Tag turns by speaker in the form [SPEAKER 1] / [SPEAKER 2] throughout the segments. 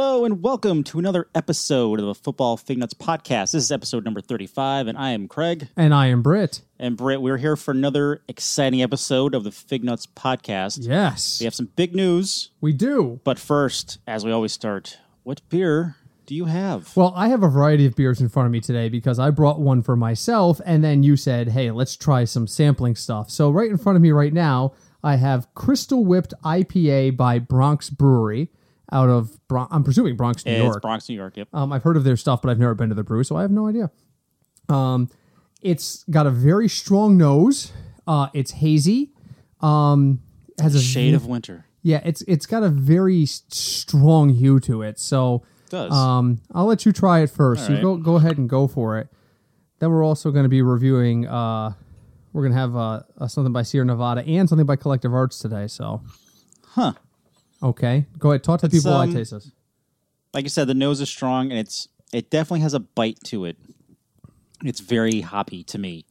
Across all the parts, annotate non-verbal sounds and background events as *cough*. [SPEAKER 1] Welcome to another episode of the Football Fig Nuts Podcast. This is episode number 35, and I am Craig.
[SPEAKER 2] And I am Britt.
[SPEAKER 1] And Britt, we're here for another exciting episode of the Fig Nuts Podcast.
[SPEAKER 2] Yes.
[SPEAKER 1] We have some big news,
[SPEAKER 2] We do.
[SPEAKER 1] but first, as we always start, what beer do you have?
[SPEAKER 2] Well, I have a variety of beers in front of me today because I brought one for myself, and then you said, hey, let's try some sampling stuff. So, right in front of me right now, I have Crystal Whipped IPA by Bronx Brewery out of, Bron- I'm presuming Bronx, New
[SPEAKER 1] it's
[SPEAKER 2] York.
[SPEAKER 1] Bronx, New York. Yep.
[SPEAKER 2] Um, I've heard of their stuff, but I've never been to the brew, so I have no idea. Um, it's got a very strong nose. Uh, it's hazy. Um, has a
[SPEAKER 1] Shade of winter.
[SPEAKER 2] yeah. It's it's got a very s- strong hue to it. So
[SPEAKER 1] It does.
[SPEAKER 2] um, I'll let you try it first.
[SPEAKER 1] All
[SPEAKER 2] You
[SPEAKER 1] right.
[SPEAKER 2] go go ahead and go for it. Then we're also going to be reviewing. Uh, we're going to have uh, uh, something by Sierra Nevada and something by Collective Arts today. So,
[SPEAKER 1] Huh.
[SPEAKER 2] Okay, go ahead. Talk to the people while I
[SPEAKER 1] um,
[SPEAKER 2] taste this.
[SPEAKER 1] like you said, the nose is strong, and it's it definitely has a bite to it. It's very hoppy to me.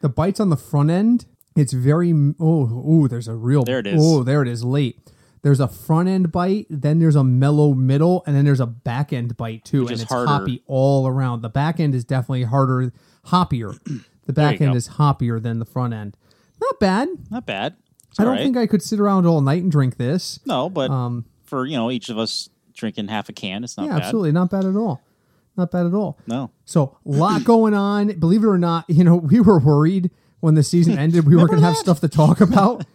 [SPEAKER 2] The bites on the front end, it's very oh oh. There's a real
[SPEAKER 1] There it is.
[SPEAKER 2] Oh, there it is. Late. There's a front end bite, then there's a mellow middle, and then there's a back end bite too,
[SPEAKER 1] Which
[SPEAKER 2] and
[SPEAKER 1] is
[SPEAKER 2] it's
[SPEAKER 1] harder.
[SPEAKER 2] hoppy all around. The back end is definitely harder,
[SPEAKER 1] *clears throat*
[SPEAKER 2] hoppier. The back
[SPEAKER 1] you
[SPEAKER 2] end
[SPEAKER 1] go.
[SPEAKER 2] is hoppier than the front end. Not bad.
[SPEAKER 1] Not bad. It's
[SPEAKER 2] I
[SPEAKER 1] all
[SPEAKER 2] don't
[SPEAKER 1] right.
[SPEAKER 2] think I could sit around all night and drink this.
[SPEAKER 1] no, but for you know each of us drinking half a can, it's not
[SPEAKER 2] yeah,
[SPEAKER 1] bad.
[SPEAKER 2] absolutely, not bad at all. Not bad at all.
[SPEAKER 1] No.
[SPEAKER 2] So,
[SPEAKER 1] *clears throat*
[SPEAKER 2] lot going on. Believe it or not, you know, we were worried when the season ended we were going to have stuff to
[SPEAKER 1] *laughs*
[SPEAKER 2] talk about.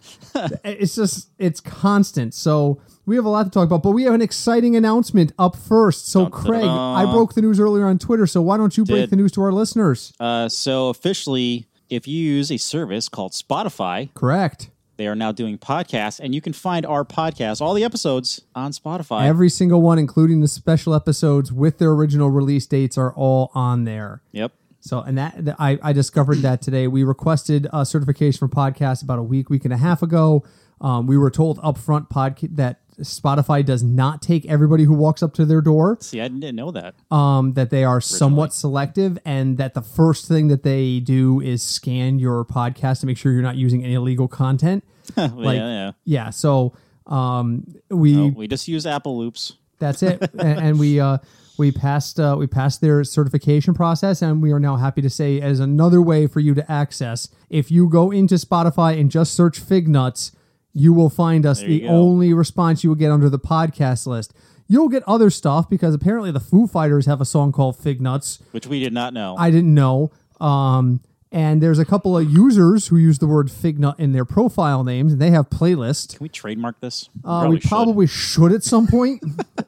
[SPEAKER 2] it's just, it's constant. So, we have a lot to talk about, but we have an exciting announcement up first. So, Craig, I broke the news earlier on Twitter. So, why don't you break
[SPEAKER 1] Did.
[SPEAKER 2] the news to our listeners?
[SPEAKER 1] Uh, so officially, if you use a service called Spotify,
[SPEAKER 2] Correct.
[SPEAKER 1] they are now doing podcasts, and you can find our podcast, all the episodes on Spotify.
[SPEAKER 2] Every single one, including the special episodes with their original release dates, are all on there.
[SPEAKER 1] yep.
[SPEAKER 2] So, and that th- I, I discovered that today. We requested a certification for podcasts about a week, week and a half ago. Um, we were told upfront podca- that Spotify does not take everybody who walks up to their door.
[SPEAKER 1] See, I didn't know that.
[SPEAKER 2] Um, that they are somewhat selective, and that the first thing that they do is scan your podcast to make sure you're not using any illegal content. like-
[SPEAKER 1] *laughs* yeah, yeah.
[SPEAKER 2] Yeah. So, um, we
[SPEAKER 1] No, we just use Apple Loops.
[SPEAKER 2] that's it. and, and we uh, we passed uh, we passed their certification process, and we are now happy to say as another way for you to access. If you go into Spotify and just search Fig Nuts, you will find us.
[SPEAKER 1] you
[SPEAKER 2] the
[SPEAKER 1] go.
[SPEAKER 2] only response you will get under the podcast list. You'll get other stuff because apparently the Foo Fighters have a song called Fig Nuts.
[SPEAKER 1] Which we did not know.
[SPEAKER 2] I didn't know. Um, and there's a couple of users who use the word Fig Nut in their profile names, and they have playlists.
[SPEAKER 1] Can we trademark this?
[SPEAKER 2] Uh, we
[SPEAKER 1] should.
[SPEAKER 2] probably should at some *laughs* point.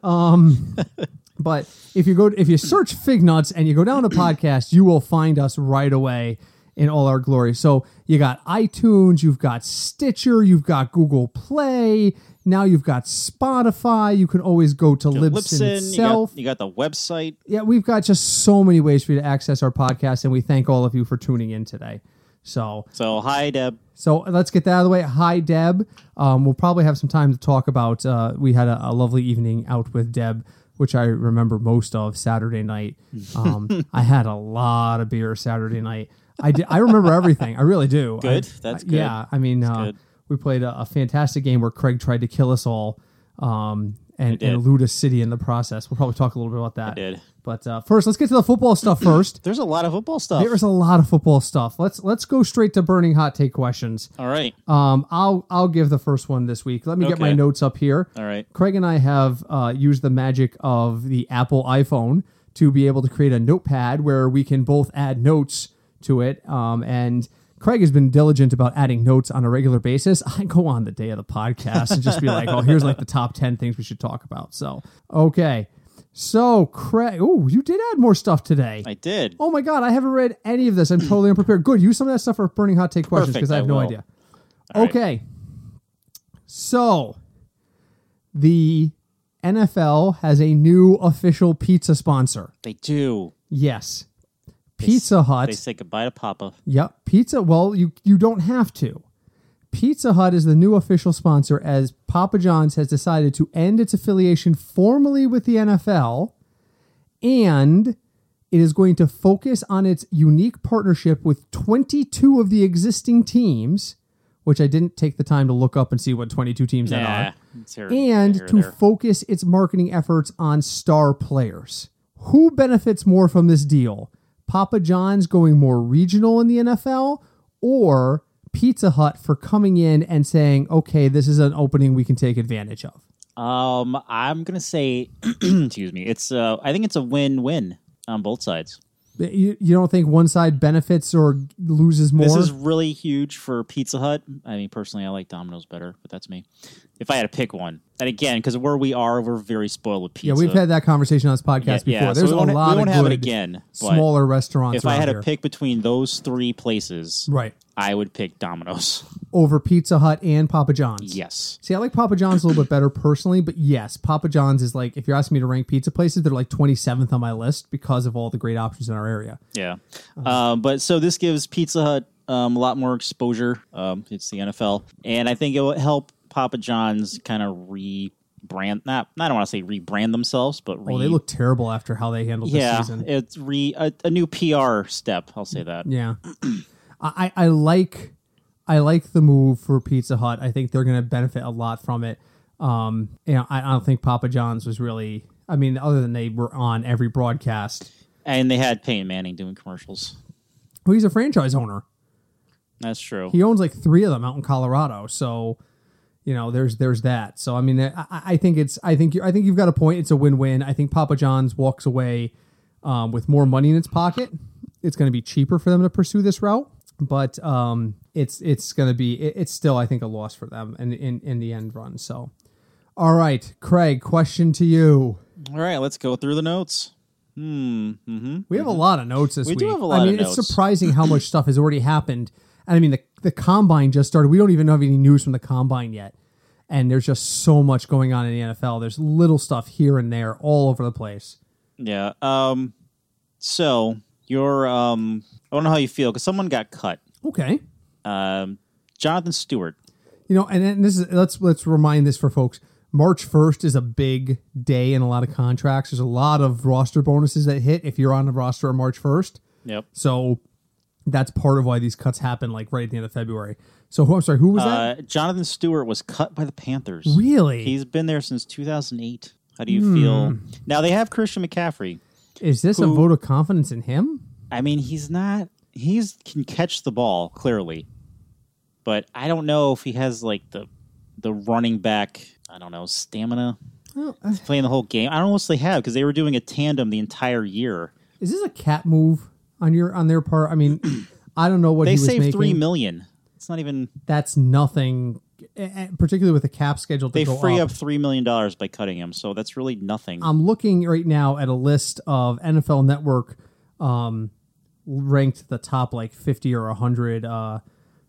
[SPEAKER 2] um, but if you go, if you search Fig Nuts and you go down to podcast, you will find us right away in all our glory. So you got iTunes, you've got Stitcher, you've got Google Play. Now you've got Spotify. You can always go to Libsyn,
[SPEAKER 1] Libsyn. You
[SPEAKER 2] itself.
[SPEAKER 1] got, you got the website.
[SPEAKER 2] yeah, we've got just so many ways for you to access our podcast, and we thank all of you for tuning in today. So
[SPEAKER 1] So hi, Deb.
[SPEAKER 2] so let's get that out of the way. Hi, Deb. Um, we'll probably have some time to talk about. Uh, we had a, a lovely evening out with Deb, which I remember most of Saturday night.
[SPEAKER 1] Mm.
[SPEAKER 2] Um,
[SPEAKER 1] *laughs*
[SPEAKER 2] I had a lot of beer Saturday night. I, di- I remember everything. I really do.
[SPEAKER 1] Good.
[SPEAKER 2] I-
[SPEAKER 1] That's
[SPEAKER 2] I- Yeah. I mean, uh,
[SPEAKER 1] good.
[SPEAKER 2] we played a, a fantastic game where Craig tried to kill us all um, and,
[SPEAKER 1] did.
[SPEAKER 2] and loot a city in the process. We'll probably talk a little bit about that.
[SPEAKER 1] did.
[SPEAKER 2] But uh, first, let's get to the
[SPEAKER 1] *laughs*
[SPEAKER 2] football stuff first.
[SPEAKER 1] There's a lot of football stuff.
[SPEAKER 2] There's a lot of football stuff. Let's let's go straight to burning hot take questions.
[SPEAKER 1] all right.
[SPEAKER 2] Um, I'll I'll give the first one this week. Let me get my
[SPEAKER 1] Okay.
[SPEAKER 2] notes up here.
[SPEAKER 1] All right.
[SPEAKER 2] Craig and I have uh, used the magic of the Apple iPhone to be able to create a notepad where we can both add notes to it. Um, and Craig has been diligent about adding notes on a regular basis. I go on the day of the podcast and just be like, "Oh, here's like the top ten things we should talk about." So okay, so Craig, oh, you did add more stuff today.
[SPEAKER 1] I did.
[SPEAKER 2] Oh my god, I haven't read any of this.
[SPEAKER 1] *clears throat*
[SPEAKER 2] I'm totally unprepared. Good, use some of that stuff for burning hot take questions
[SPEAKER 1] Perfect,
[SPEAKER 2] because I
[SPEAKER 1] I
[SPEAKER 2] have no
[SPEAKER 1] will.
[SPEAKER 2] idea.
[SPEAKER 1] All right.
[SPEAKER 2] okay. So the NFL has a new official pizza sponsor.
[SPEAKER 1] They do.
[SPEAKER 2] Yes. Pizza Hut.
[SPEAKER 1] They say goodbye to Papa.
[SPEAKER 2] Yep, Pizza. Well, you you don't have to. Pizza Hut is the new official sponsor as Papa John's has decided to end its affiliation formally with the NFL and it is going to focus on its unique partnership with 22 of the existing teams which I didn't take the time to look up and see what 22 teams that
[SPEAKER 1] Nah,
[SPEAKER 2] are,
[SPEAKER 1] it's here-
[SPEAKER 2] and
[SPEAKER 1] here or
[SPEAKER 2] to
[SPEAKER 1] there.
[SPEAKER 2] focus its marketing efforts on star players. Who benefits more from this deal? Papa John's going more regional in the NFL or Pizza Hut for coming in and saying, okay, this is an opening we can take advantage of?
[SPEAKER 1] Um, I'm gonna say, *clears throat* excuse me. It's uh, I think it's a win-win on both sides.
[SPEAKER 2] You, you don't think one side benefits or loses more?
[SPEAKER 1] This is really huge for Pizza Hut. I mean, personally, I like Domino's better, but that's me. If I had to pick one, and again, because where we are, we're very spoiled with pizza.
[SPEAKER 2] yeah, we've had that conversation on this podcast
[SPEAKER 1] Yeah,
[SPEAKER 2] before.
[SPEAKER 1] yeah, so
[SPEAKER 2] There's
[SPEAKER 1] we
[SPEAKER 2] a
[SPEAKER 1] won't- we
[SPEAKER 2] lot
[SPEAKER 1] won't
[SPEAKER 2] of
[SPEAKER 1] have it
[SPEAKER 2] good
[SPEAKER 1] again, but
[SPEAKER 2] smaller restaurants.
[SPEAKER 1] If I
[SPEAKER 2] around
[SPEAKER 1] had
[SPEAKER 2] here.
[SPEAKER 1] to pick between those three places,
[SPEAKER 2] right
[SPEAKER 1] I would pick Domino's.
[SPEAKER 2] over Pizza Hut and Papa John's.
[SPEAKER 1] Yes.
[SPEAKER 2] See, I like Papa John's a little bit better personally, but yes, Papa John's is like if you're asking me to rank pizza places, they're like 27th on my list because of all the great options in our area.
[SPEAKER 1] Yeah.
[SPEAKER 2] Uh-huh.
[SPEAKER 1] Um, but so this gives Pizza Hut um, a lot more exposure. Um, it's the NFL, and I think it will help Papa John's kind of rebrand. Not I don't want to say rebrand themselves, but re,
[SPEAKER 2] Oh, they look terrible after how they handled
[SPEAKER 1] yeah,
[SPEAKER 2] this season.
[SPEAKER 1] it's re a, a new PR step. I'll say that.
[SPEAKER 2] Yeah, *clears throat* I I I like I like the move for Pizza Hut. I think they're going to benefit a lot from it. Um, you know, I, I don't think Papa John's was really. I mean, other than they were on every broadcast.
[SPEAKER 1] And they had Peyton Manning doing commercials.
[SPEAKER 2] Well, he's a franchise owner.
[SPEAKER 1] That's true.
[SPEAKER 2] he owns like three of them out in Colorado. So, you know, there's there's that. So I mean, I, I- I think it's I think you I think you've got a point. It's a win win. I think Papa John's walks away um, with more money in its pocket. It's going to be cheaper for them to pursue this route, but um, it's it's going to be it, it's still I think a loss for them in, in in the end run. So, all right, Craig, question to you.
[SPEAKER 1] All right, let's go through the notes. Hmm. Mm-hmm.
[SPEAKER 2] We have a lot of notes this
[SPEAKER 1] We
[SPEAKER 2] week.
[SPEAKER 1] do have a lot
[SPEAKER 2] I
[SPEAKER 1] of
[SPEAKER 2] mean, it's
[SPEAKER 1] notes.
[SPEAKER 2] surprising
[SPEAKER 1] *clears throat*
[SPEAKER 2] how much stuff has already happened. And I mean, the, the combine just started. We don't even have any news from the combine yet. And there's just so much going on in the NFL. There's little stuff here and there all over the place.
[SPEAKER 1] Yeah. Um. So your um. I don't know how you feel because someone got cut.
[SPEAKER 2] Okay.
[SPEAKER 1] Um. Jonathan Stewart.
[SPEAKER 2] You know, and, and this is let's let's remind this for folks. March 1st is a big day in a lot of contracts. There's a lot of roster bonuses that hit if you're on the roster on March 1st.
[SPEAKER 1] Yep.
[SPEAKER 2] So that's part of why these cuts happen like right at the end of February. So who I'm sorry, who was that?
[SPEAKER 1] Uh, Jonathan Stewart was cut by the Panthers.
[SPEAKER 2] Really? Hmm.
[SPEAKER 1] He's been there since 2008. How do you feel? Now they have Christian McCaffrey.
[SPEAKER 2] Is this a
[SPEAKER 1] who-
[SPEAKER 2] vote of confidence in him?
[SPEAKER 1] I mean, he's not. He's can catch the ball clearly, but I don't know if he has like the the running back. I don't know stamina
[SPEAKER 2] Is
[SPEAKER 1] playing the whole game. I don't know what they have because they were doing a tandem the entire year.
[SPEAKER 2] this a cat move on your on their part?
[SPEAKER 1] *clears throat*
[SPEAKER 2] I mean, I don't know what
[SPEAKER 1] They
[SPEAKER 2] he was
[SPEAKER 1] saved
[SPEAKER 2] making.
[SPEAKER 1] three million. It's not even.
[SPEAKER 2] That's nothing, eh, eh, particularly with the cap schedule. To
[SPEAKER 1] They
[SPEAKER 2] go Uh.
[SPEAKER 1] free up three million dollars by cutting him, so that's really nothing.
[SPEAKER 2] I'm looking right now at a list of NFL Network um, ranked the top like 50 or 100 uh,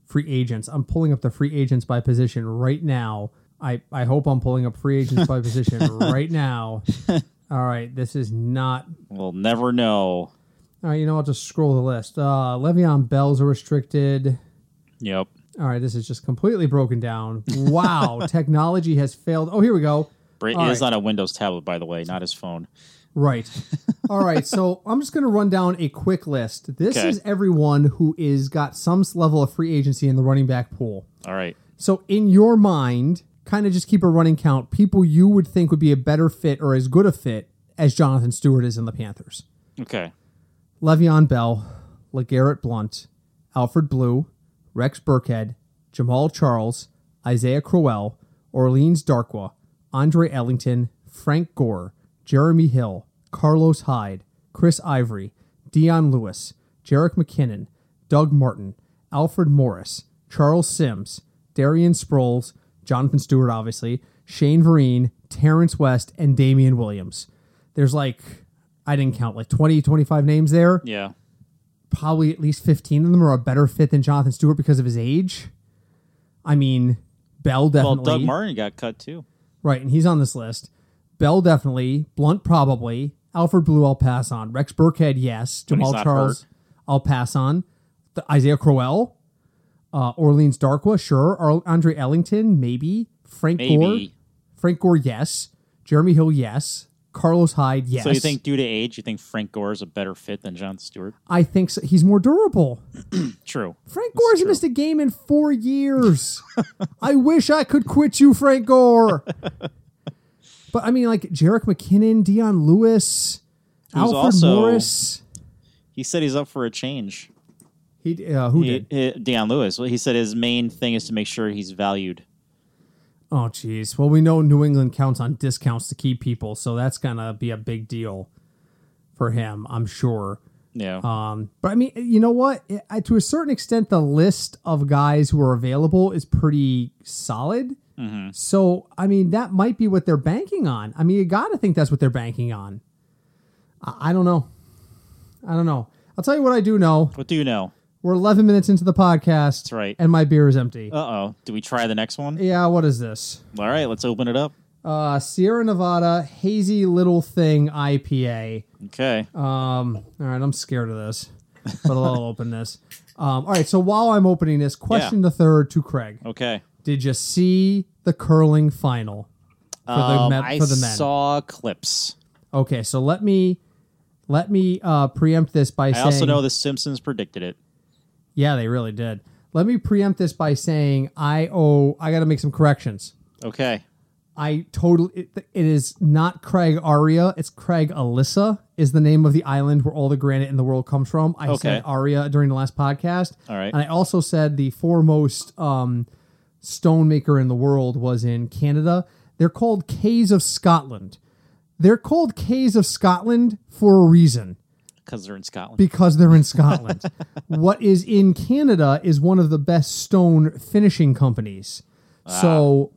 [SPEAKER 2] free agents. I'm pulling up the free agents by position right now. I, I hope I'm pulling up free
[SPEAKER 1] *laughs*
[SPEAKER 2] agents by position right now. All right, this is not
[SPEAKER 1] we'll never know.
[SPEAKER 2] All right, you know, I'll just scroll the list. Uh, Le'Veon Bell's are restricted.
[SPEAKER 1] Yep.
[SPEAKER 2] All right, this is just completely broken down. Wow, technology has failed. Oh, here we go.
[SPEAKER 1] Bra-
[SPEAKER 2] All
[SPEAKER 1] it is
[SPEAKER 2] right.
[SPEAKER 1] on a Windows tablet, by the way, not his phone.
[SPEAKER 2] Right. All right, so I'm just going to run down a quick list. This
[SPEAKER 1] Okay.
[SPEAKER 2] is everyone who is got some level of free agency in the running back pool.
[SPEAKER 1] All right.
[SPEAKER 2] So in your mind, kind of just keep a running count. People you would think would be a better fit or as good a fit as Jonathan Stewart is in the Panthers.
[SPEAKER 1] Okay.
[SPEAKER 2] Le'Veon Bell, LeGarrette Blunt, Alfred Blue, Rex Burkhead, Jamal Charles, Isaiah Crowell, Orleans Darkwa, Andre Ellington, Frank Gore, Jeremy Hill, Carlos Hyde, Chris Ivory, Dion Lewis, Jarek McKinnon, Doug Martin, Alfred Morris, Charles Sims, Darian Sproles, Jonathan Stewart, obviously, Shane Vereen, Terrence West, and Damian Williams. There's like, I didn't count, like 20, 25 names there
[SPEAKER 1] Yeah.
[SPEAKER 2] probably at least 15 of them are a better fit than Jonathan Stewart because of his age. I mean, Bell
[SPEAKER 1] Well,
[SPEAKER 2] definitely.
[SPEAKER 1] Doug Martin got cut too.
[SPEAKER 2] Right, and he's on this list. Bell definitely. Blunt probably. Alfred Blue, I'll pass on. Rex Burkhead, yes.
[SPEAKER 1] he's
[SPEAKER 2] Jamal
[SPEAKER 1] not
[SPEAKER 2] Charles, I'll pass on. The, Isaiah Crowell. Uh, Orleans Darkwa, sure. Ar- Andre Ellington, maybe. Frank Gore.
[SPEAKER 1] Maybe.
[SPEAKER 2] Frank Gore, yes. Jeremy Hill, yes. Carlos Hyde, yes.
[SPEAKER 1] So you think, due to age, you think Frank Gore is a better fit than John Stewart?
[SPEAKER 2] I think so. he's more durable.
[SPEAKER 1] True.
[SPEAKER 2] Frank Gore hasn't missed a game in four years. *laughs* I wish I could quit you,
[SPEAKER 1] *laughs*
[SPEAKER 2] Frank Gore. but I mean, like Jarek McKinnon, Dion Lewis, Alfred
[SPEAKER 1] also-
[SPEAKER 2] Morris.
[SPEAKER 1] He said he's up for a change.
[SPEAKER 2] He uh, who
[SPEAKER 1] He,
[SPEAKER 2] did?
[SPEAKER 1] he, Deion Lewis. Well, he said his main thing is to make sure he's valued.
[SPEAKER 2] Oh, jeez. Well, we know New England counts on discounts to keep people, so that's gonna be a big deal for him, I'm sure.
[SPEAKER 1] Yeah.
[SPEAKER 2] Um, but I mean, you know what? I- I, to a certain extent, the list of guys who are available is pretty solid. Mm-hmm. So, I mean, that might be what they're banking on. I mean, you got to think that's what they're banking on. I, I don't know. I don't know. I'll tell you what I do know.
[SPEAKER 1] what do you know?
[SPEAKER 2] We're 11 minutes into the podcast. That's
[SPEAKER 1] right.
[SPEAKER 2] And my beer is empty.
[SPEAKER 1] Uh oh. Do we try the next one?
[SPEAKER 2] yeah, what is this?
[SPEAKER 1] All right, let's open it up.
[SPEAKER 2] Uh, Sierra Nevada Hazy Little Thing IPA.
[SPEAKER 1] Okay.
[SPEAKER 2] Um, all right, I'm scared of this, but I'll *laughs* open this. Um, all right, so while I'm opening this, question the third to Craig:
[SPEAKER 1] okay.
[SPEAKER 2] Did you see the curling final for
[SPEAKER 1] Um,
[SPEAKER 2] men-
[SPEAKER 1] I
[SPEAKER 2] for the men?
[SPEAKER 1] saw clips.
[SPEAKER 2] okay, so let me let me uh, preempt this by
[SPEAKER 1] I
[SPEAKER 2] saying
[SPEAKER 1] also know The Simpsons predicted it.
[SPEAKER 2] yeah, they really did. Let me preempt this by saying I owe I got to make some corrections.
[SPEAKER 1] Okay.
[SPEAKER 2] I totally it, it is not Craig Aria, it's Craig Alyssa is the name of the island where all the granite in the world comes from. I
[SPEAKER 1] Okay.
[SPEAKER 2] said Aria during the last podcast.
[SPEAKER 1] All right.
[SPEAKER 2] And I also said the foremost um stonemaker in the world was in Canada. They're called K's of Scotland. They're called K's of Scotland for a reason
[SPEAKER 1] Because they're in Scotland.
[SPEAKER 2] because they're
[SPEAKER 1] *laughs*
[SPEAKER 2] in Scotland. what is in Canada is one of the best stone finishing companies.
[SPEAKER 1] Ah.
[SPEAKER 2] So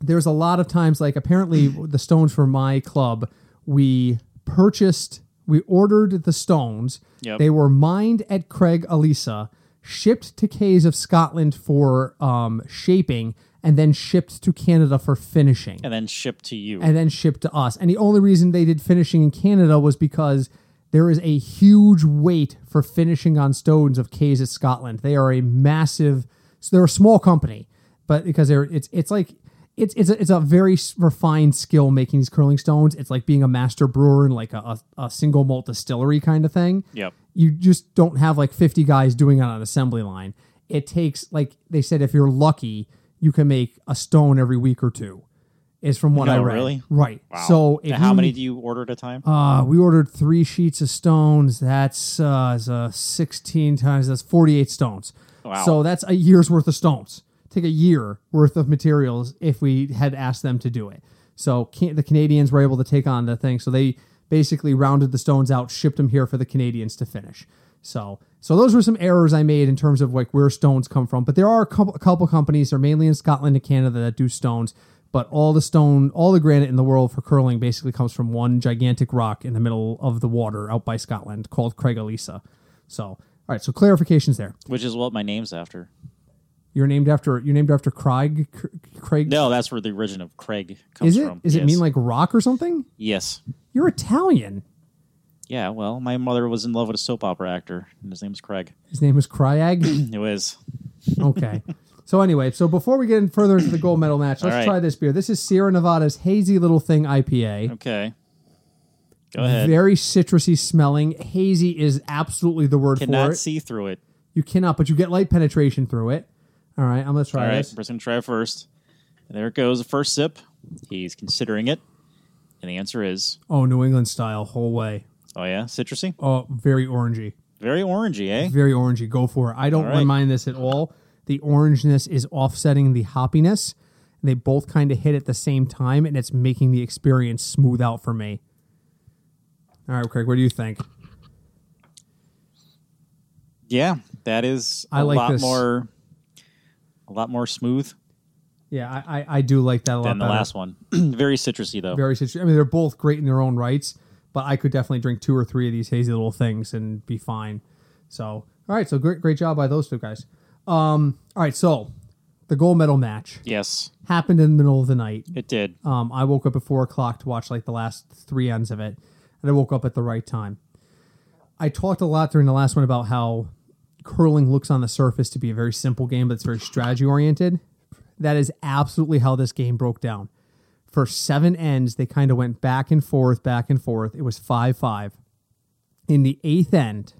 [SPEAKER 2] there's a lot of times,
[SPEAKER 1] *clears throat*
[SPEAKER 2] like apparently the stones for my club, we purchased, we ordered the stones.
[SPEAKER 1] Yep.
[SPEAKER 2] They were mined at Craig Elisa, shipped to Kays of Scotland for um, shaping, and then shipped to Canada for finishing
[SPEAKER 1] and then shipped to you.
[SPEAKER 2] and then shipped to us. And the only reason they did finishing in Canada was because there is a huge wait for finishing on stones of K's at Scotland. They are a massive, so they're a small company, but because they're it's it's like it's it's a, it's a very s- refined skill making these curling stones. It's like being a master brewer in like a, a, a single malt distillery kind of thing
[SPEAKER 1] yep.
[SPEAKER 2] you just don't have like 50 guys doing it on an assembly line. It takes like they said if you're lucky, you can make a stone every week or two. Is from what
[SPEAKER 1] No,
[SPEAKER 2] I read.
[SPEAKER 1] really?
[SPEAKER 2] Right.
[SPEAKER 1] Wow.
[SPEAKER 2] So if
[SPEAKER 1] Now, how
[SPEAKER 2] you-
[SPEAKER 1] many do you order at a time?
[SPEAKER 2] uh, we ordered three sheets of stones. That's uh, is, uh, 16 times. That's 48 stones.
[SPEAKER 1] Wow.
[SPEAKER 2] So that's a year's worth of stones. Take a year worth of materials if we had asked them to do it. So can- the Canadians were able to take on the thing. So they basically rounded the stones out, shipped them here for the Canadians to finish. So so those were some errors I made in terms of like where stones come from. But there are a couple, a couple companies, they're mainly in Scotland and Canada that do stones but all the stone, all the granite in the world for curling basically comes from one gigantic rock in the middle of the water out by Scotland called Craigellisa. So, all right, so clarifications there.
[SPEAKER 1] Which is what my name's after.
[SPEAKER 2] You're named after you're named after Craig Cr- Craig
[SPEAKER 1] No, that's where the origin of Craig comes
[SPEAKER 2] is it?
[SPEAKER 1] from.
[SPEAKER 2] Is it
[SPEAKER 1] Yes.
[SPEAKER 2] mean like rock or something?
[SPEAKER 1] Yes.
[SPEAKER 2] You're Italian.
[SPEAKER 1] Yeah, well, my mother was in love with a soap opera actor, and his name's Craig. *clears throat*
[SPEAKER 2] His name was Cryag.
[SPEAKER 1] It was.
[SPEAKER 2] okay. So anyway, so before we get in further into the gold medal match, let's
[SPEAKER 1] right.
[SPEAKER 2] try this beer. This is Sierra Nevada's Hazy Little Thing IPA.
[SPEAKER 1] Okay. Go ahead.
[SPEAKER 2] Very citrusy smelling. Hazy is absolutely the word for
[SPEAKER 1] Cannot
[SPEAKER 2] it.
[SPEAKER 1] see through it.
[SPEAKER 2] You cannot, but you get light penetration through it. All right, I'm gonna try
[SPEAKER 1] All right,
[SPEAKER 2] this.
[SPEAKER 1] we're going to try it first. There it goes. The first sip. He's considering it. And the answer is,
[SPEAKER 2] Oh, New England style, whole way.
[SPEAKER 1] oh, yeah, citrusy.
[SPEAKER 2] Oh, very orangey,
[SPEAKER 1] Very orangey, eh?
[SPEAKER 2] very orangey. Go for it. I don't
[SPEAKER 1] All right.
[SPEAKER 2] mind this at all. The orangeness is offsetting the hoppiness. They both kind of hit at the same time, and it's making the experience smooth out for me. All right, Craig, what do you think?
[SPEAKER 1] Yeah, that is a
[SPEAKER 2] I like
[SPEAKER 1] lot
[SPEAKER 2] this.
[SPEAKER 1] more a lot more smooth
[SPEAKER 2] Yeah, I I, I do like that a lot.
[SPEAKER 1] than the
[SPEAKER 2] better.
[SPEAKER 1] last one. *clears throat* Very citrusy though.
[SPEAKER 2] Very situ- I mean, they're both great in their own rights, but I could definitely drink two or three of these hazy little things and be fine. So, all right. So, great, great job by those two guys. Um, all right. So, the gold medal match
[SPEAKER 1] yes,
[SPEAKER 2] happened in the middle of the night.
[SPEAKER 1] it did.
[SPEAKER 2] Um, I woke up at four o'clock to watch like the last three ends of it, and I woke up at the right time. I talked a lot during the last one about how curling looks on the surface to be a very simple game, but it's very strategy oriented. That is absolutely how this game broke down. for seven ends, they kind of went back and forth, back and forth. It was 5 5. In the eighth end,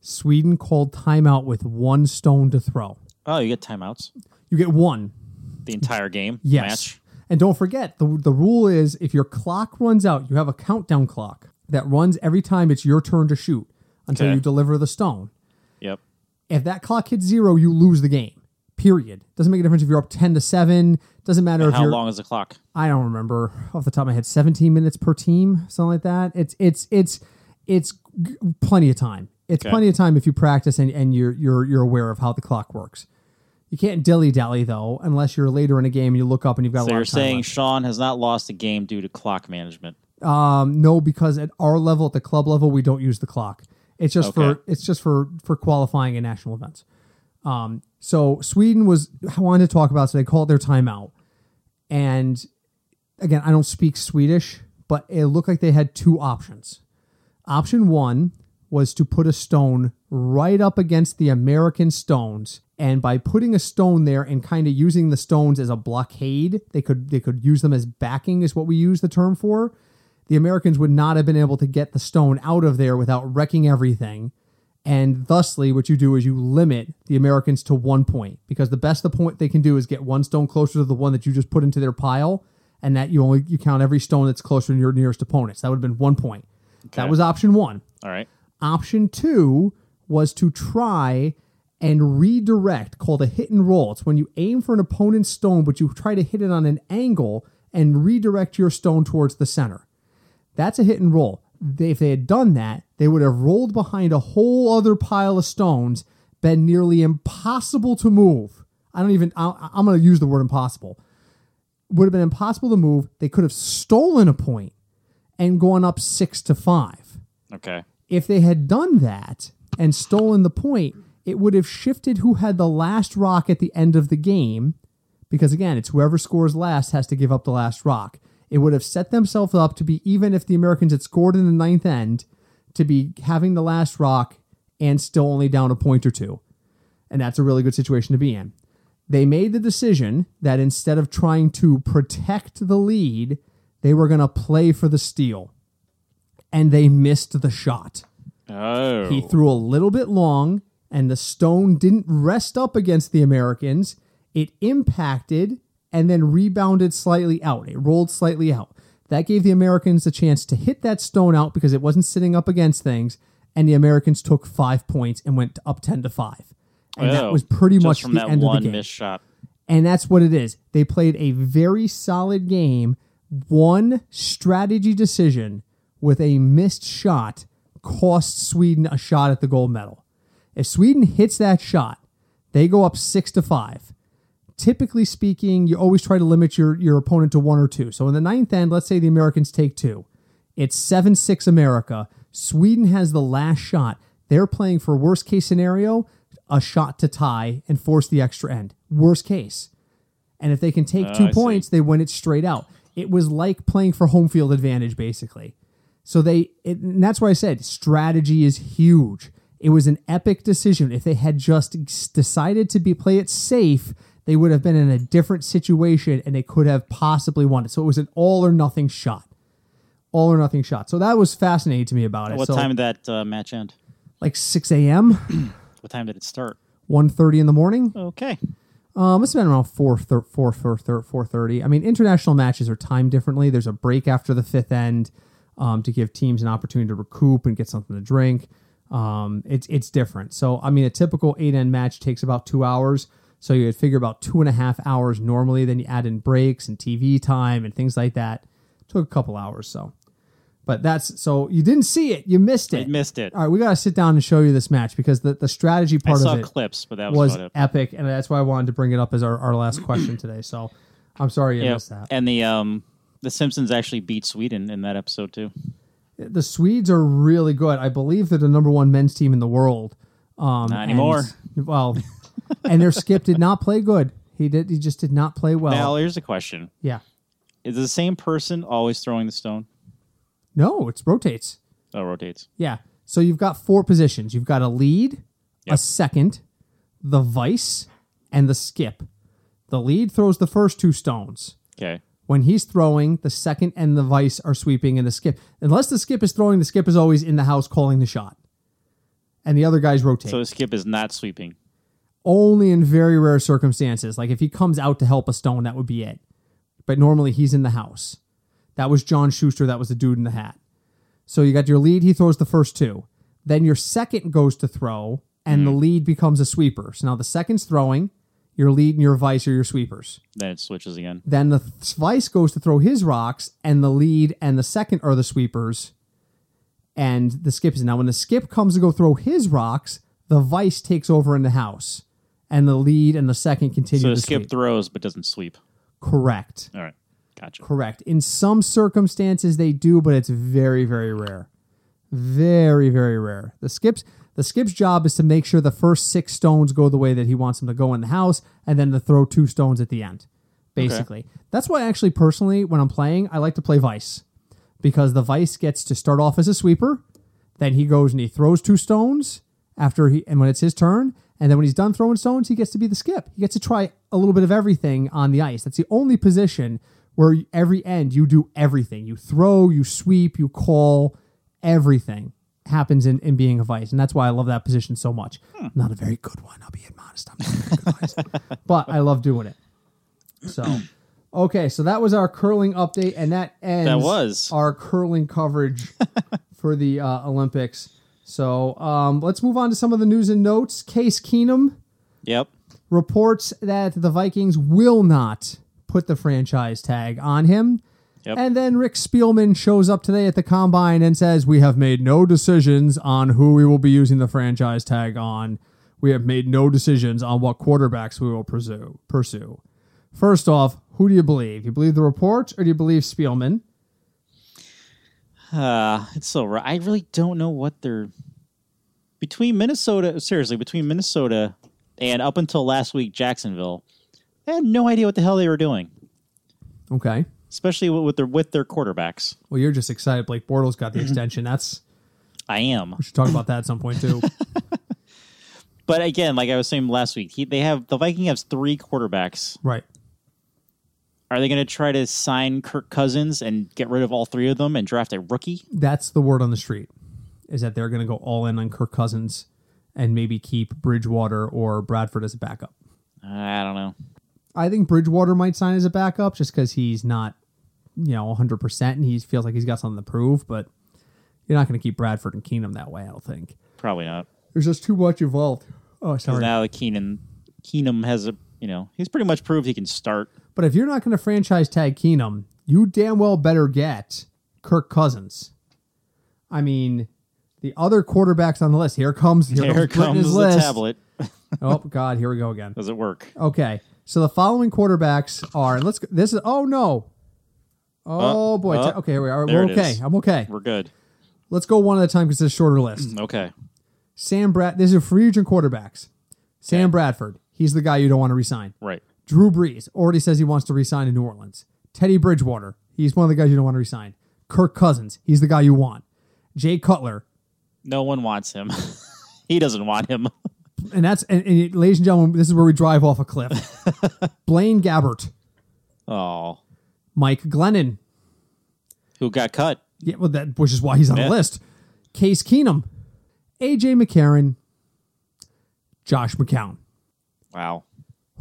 [SPEAKER 2] Sweden called timeout with one stone to throw.
[SPEAKER 1] Oh, you get timeouts
[SPEAKER 2] You get one.
[SPEAKER 1] the entire game.
[SPEAKER 2] Yes.
[SPEAKER 1] Match.
[SPEAKER 2] And don't forget, the, the rule is if your clock runs out, you have a countdown clock that runs every time it's your turn to shoot until
[SPEAKER 1] Okay.
[SPEAKER 2] you deliver the stone.
[SPEAKER 1] Yep.
[SPEAKER 2] If that clock hits zero, you lose the game. Period. Doesn't make a difference if you're up 10 to 7. Doesn't matter if
[SPEAKER 1] How
[SPEAKER 2] you're.
[SPEAKER 1] long is the clock?
[SPEAKER 2] I don't remember off the top of my head. Seventeen minutes per team, something like that. It's it's it's it's g- plenty of time. It's
[SPEAKER 1] Okay.
[SPEAKER 2] plenty of time if you practice and, and you're you're you're aware of how the clock works. You can't dilly dally though, unless you're later in a game and you look up and you've got a
[SPEAKER 1] So
[SPEAKER 2] lot
[SPEAKER 1] you're
[SPEAKER 2] of time.
[SPEAKER 1] saying
[SPEAKER 2] left.
[SPEAKER 1] Sean has not lost a game due to clock management.
[SPEAKER 2] Um, no, because at our level, at the club level, we don't use the clock. It's just
[SPEAKER 1] Okay.
[SPEAKER 2] for it's just for for qualifying and national events. Um, so Sweden was I wanted to talk about, so they called their timeout. And again, I don't speak Swedish, but it looked like they had two options. Option one was to put a stone right up against the American stones, and by putting a stone there and kind of using the stones as a blockade, they could they could use them as backing, is what we use the term for. The Americans would not have been able to get the stone out of there without wrecking everything. And thusly, what you do is you limit the Americans to one point because the best the point they can do is get one stone closer to the one that you just put into their pile, and that you only you count every stone that's closer to your nearest opponents. That would have been one point. That
[SPEAKER 1] Okay.
[SPEAKER 2] was option one.
[SPEAKER 1] All right.
[SPEAKER 2] Option two was to try and redirect, called a hit and roll. It's when you aim for an opponent's stone, but you try to hit it on an angle and redirect your stone towards the center. That's a hit and roll. They, if they had done that, they would have rolled behind a whole other pile of stones, been nearly impossible to move. I don't even, I, I'm going to use the word impossible. Would have been impossible to move. They could have stolen a point and gone up six to five
[SPEAKER 1] Okay.
[SPEAKER 2] if they had done that and stolen the point, it would have shifted who had the last rock at the end of the game. Because again, it's whoever scores last has to give up the last rock. It would have set themselves up to be even if the Americans had scored in the ninth end, to be having the last rock and still only down a point or two. And that's a really good situation to be in. They made the decision that instead of trying to protect the lead, they were going to play for the steal. And they missed the shot.
[SPEAKER 1] Oh.
[SPEAKER 2] He threw a little bit long, and the stone didn't rest up against the Americans. It impacted and then rebounded slightly out. It rolled slightly out. That gave the Americans a chance to hit that stone out because it wasn't sitting up against things. And the Americans took five points and went up 10 to 5. And that
[SPEAKER 1] Oh.
[SPEAKER 2] was pretty
[SPEAKER 1] Just
[SPEAKER 2] much
[SPEAKER 1] from
[SPEAKER 2] the
[SPEAKER 1] that
[SPEAKER 2] end
[SPEAKER 1] one
[SPEAKER 2] of the game.
[SPEAKER 1] missed shot.
[SPEAKER 2] And that's what it is. They played a very solid game, one strategy decision with a missed shot cost Sweden a shot at the gold medal. If Sweden hits that shot, they go up 6 to 5. Typically speaking, you always try to limit your, your opponent to one or two. So in the ninth end, let's say the Americans take two. It's 7 6 America. Sweden has the last shot. They're playing for worst case scenario, a shot to tie and force the extra end. Worst case. And if they can take two
[SPEAKER 1] Oh, I see.
[SPEAKER 2] points, they win it straight out. It was like playing for home field advantage, basically. So they, it, and that's why I said strategy is huge. It was an epic decision. If they had just s- decided to be play it safe, they would have been in a different situation and they could have possibly won it. So it was an all or nothing shot, all or nothing shot. So that was fascinating to me about it.
[SPEAKER 1] What
[SPEAKER 2] so
[SPEAKER 1] time did that uh, match end?
[SPEAKER 2] Like six a.m.,
[SPEAKER 1] What time did it start?
[SPEAKER 2] 1.30 in the morning.
[SPEAKER 1] Okay.
[SPEAKER 2] Um, it's been around 4, thir- 4, 4, 4 30. I mean, international matches are timed differently. There's a break after the fifth end um, to give teams an opportunity to recoup and get something to drink. Um, it's it's different. So, I mean, a typical eight end match takes about two hours. So you'd figure about two and a half hours normally. Then you add in breaks and TV time and things like that. Took a couple hours. So, but that's so you didn't see it. You missed
[SPEAKER 1] I
[SPEAKER 2] it.
[SPEAKER 1] missed it.
[SPEAKER 2] All right, we got to sit down and show you this match because the, the strategy
[SPEAKER 1] I
[SPEAKER 2] part
[SPEAKER 1] saw
[SPEAKER 2] of it
[SPEAKER 1] clips, but that was,
[SPEAKER 2] was
[SPEAKER 1] about it.
[SPEAKER 2] epic, and that's why I wanted to bring it up as our, our last question today. So I'm sorry you
[SPEAKER 1] Yeah.
[SPEAKER 2] missed that.
[SPEAKER 1] And the um the Simpsons actually beat Sweden in that episode too.
[SPEAKER 2] The Swedes are really good. I believe they're the number one men's team in the world. Um,
[SPEAKER 1] Not anymore.
[SPEAKER 2] And, well, *laughs* and their skip did not play good. He did. He just did not play well.
[SPEAKER 1] Now here's a question:
[SPEAKER 2] yeah.
[SPEAKER 1] Is the same person always throwing the stone?
[SPEAKER 2] No, it's rotates.
[SPEAKER 1] Oh, rotates.
[SPEAKER 2] Yeah. So you've got four positions. You've got a lead, a
[SPEAKER 1] Yep.
[SPEAKER 2] second, the vice, and the skip. The lead throws the first two stones.
[SPEAKER 1] Okay.
[SPEAKER 2] When he's throwing, the second and the vice are sweeping and the skip. Unless the skip is throwing, the skip is always in the house calling the shot. And the other guys rotate.
[SPEAKER 1] So skip is not sweeping.
[SPEAKER 2] Only in very rare circumstances. Like if he comes out to help a stone, that would be it. But normally he's in the house. That was John Schuster. That was the dude in the hat. So you got your lead, he throws the first two. Then your second goes to throw, and the lead becomes a sweeper. So now the second's throwing, your lead and your vice are your sweepers.
[SPEAKER 1] Then it switches again.
[SPEAKER 2] Then the th- vice goes to throw his rocks, and the lead and the second are the sweepers. And the skip is now when the skip comes to go throw his rocks, the vice takes over in the house, and the lead and the second continue
[SPEAKER 1] So
[SPEAKER 2] to
[SPEAKER 1] the skip
[SPEAKER 2] sweep.
[SPEAKER 1] throws but doesn't sweep.
[SPEAKER 2] Correct.
[SPEAKER 1] All right. Gotcha.
[SPEAKER 2] Correct. In some circumstances they do, but it's very, very rare. Very, very rare. The skips the skip's job is to make sure the first six stones go the way that he wants them to go in the house, and then to throw two stones at the end. Basically. That's why actually personally, when I'm playing, I like to play Vice. Because the Vice gets to start off as a sweeper, then he goes and he throws two stones after he and when it's his turn, and then when he's done throwing stones, he gets to be the skip. He gets to try a little bit of everything on the ice. That's the only position where every end you do everything. You throw, you sweep, you call, everything happens in, in being a vice. And that's why I love that position so much. Not a very good one, I'll be honest. I'm not a very good vice. But I love doing it. So okay, so that was our curling update, and that ends
[SPEAKER 1] That was.
[SPEAKER 2] our
[SPEAKER 1] *laughs*
[SPEAKER 2] curling coverage for the uh, Olympics. So um, let's move on to some of the news and notes. Case Keenum
[SPEAKER 1] Yep.
[SPEAKER 2] reports that the Vikings will not put the franchise tag on him.
[SPEAKER 1] Yep.
[SPEAKER 2] And then Rick Spielman shows up today at the combine and says, We have made no decisions on who we will be using the franchise tag on. We have made no decisions on what quarterbacks we will pursue. pursue. First off, who do you believe? You believe the reports or do you believe Spielman?
[SPEAKER 1] Uh, it's so right. I really don't know what they're between Minnesota. Seriously, between Minnesota and up until last week, Jacksonville, I had no idea what the hell they were doing,
[SPEAKER 2] Okay.
[SPEAKER 1] especially with with their with their quarterbacks.
[SPEAKER 2] Well, you're just excited. Blake Bortles got the extension. That's
[SPEAKER 1] I am,
[SPEAKER 2] we should talk about that at some point too.
[SPEAKER 1] but again, like I was saying last week, he, they have the Viking has three quarterbacks.
[SPEAKER 2] right.
[SPEAKER 1] Are they going to try to sign Kirk Cousins and get rid of all three of them and draft a rookie?
[SPEAKER 2] that's the word on the street is that they're going to go all in on Kirk Cousins and maybe keep Bridgewater or Bradford as a backup.
[SPEAKER 1] I don't know.
[SPEAKER 2] I think Bridgewater might sign as a backup just because he's not, you know, 100% and he feels like he's got something to prove, but you're not going to keep Bradford and Keenum that way, I don't think.
[SPEAKER 1] Probably not.
[SPEAKER 2] There's just too much involved. Oh,
[SPEAKER 1] Because
[SPEAKER 2] sorry.
[SPEAKER 1] now Keenan Keenum has a you know he's pretty much proved he can
[SPEAKER 2] *laughs*
[SPEAKER 1] start.
[SPEAKER 2] But if you're not going to franchise tag Keenum, you damn well better get Kirk Cousins. I mean, the other quarterbacks on the list. Here comes here,
[SPEAKER 1] There
[SPEAKER 2] comes, Britton's
[SPEAKER 1] comes the
[SPEAKER 2] list.
[SPEAKER 1] tablet.
[SPEAKER 2] Oh God, here we go again.
[SPEAKER 1] Does it work?
[SPEAKER 2] Okay. So the following quarterbacks are and let's go this is oh no. Oh
[SPEAKER 1] Uh,
[SPEAKER 2] boy.
[SPEAKER 1] uh,
[SPEAKER 2] okay, we are
[SPEAKER 1] there it
[SPEAKER 2] we're okay.
[SPEAKER 1] is.
[SPEAKER 2] I'm okay.
[SPEAKER 1] We're good.
[SPEAKER 2] Let's go one at a time because it's a shorter list.
[SPEAKER 1] Okay.
[SPEAKER 2] Sam Brad these are free agent quarterbacks. Sam Bradford, he's the guy you don't want to resign.
[SPEAKER 1] Right.
[SPEAKER 2] Drew Brees already says he wants to resign in New Orleans. Teddy Bridgewater, he's one of the guys you don't want to resign. Kirk Cousins, he's the guy you want. Jay Cutler,
[SPEAKER 1] No one wants him. *laughs* he doesn't want him. *laughs*
[SPEAKER 2] and that's and, and ladies and gentlemen, this is where we drive off
[SPEAKER 1] *laughs*
[SPEAKER 2] a cliff. Blaine Gabbert,
[SPEAKER 1] Oh,
[SPEAKER 2] Mike Glennon,
[SPEAKER 1] who got cut?
[SPEAKER 2] Yeah, well, that which is why he's on
[SPEAKER 1] Yeah.
[SPEAKER 2] the list. Case Keenum, AJ McCarron, Josh McCown.
[SPEAKER 1] Wow.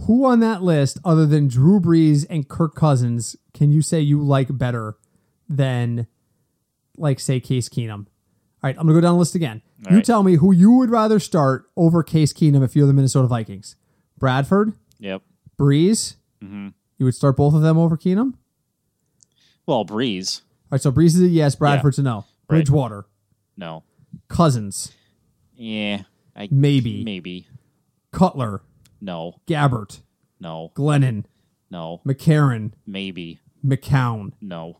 [SPEAKER 2] Who on that list, other than Drew Brees and Kirk Cousins, can you say you like better than, like, say Case Keenum? All right, I'm gonna go down the list again. you
[SPEAKER 1] right.
[SPEAKER 2] tell me who you would rather start over Case Keenum if you're the Minnesota Vikings. Bradford,
[SPEAKER 1] Yep.
[SPEAKER 2] Brees.
[SPEAKER 1] Mm-hmm.
[SPEAKER 2] You would start both of them over Keenum.
[SPEAKER 1] Well, Breeze.
[SPEAKER 2] All right, so Brees is a yes, Bradford's a no. Bridgewater,
[SPEAKER 1] No.
[SPEAKER 2] Cousins,
[SPEAKER 1] Yeah. I
[SPEAKER 2] Maybe.
[SPEAKER 1] Maybe.
[SPEAKER 2] Cutler,
[SPEAKER 1] No.
[SPEAKER 2] Gabbert,
[SPEAKER 1] No.
[SPEAKER 2] Glennon,
[SPEAKER 1] No.
[SPEAKER 2] McCarron,
[SPEAKER 1] Maybe.
[SPEAKER 2] McCown.
[SPEAKER 1] No.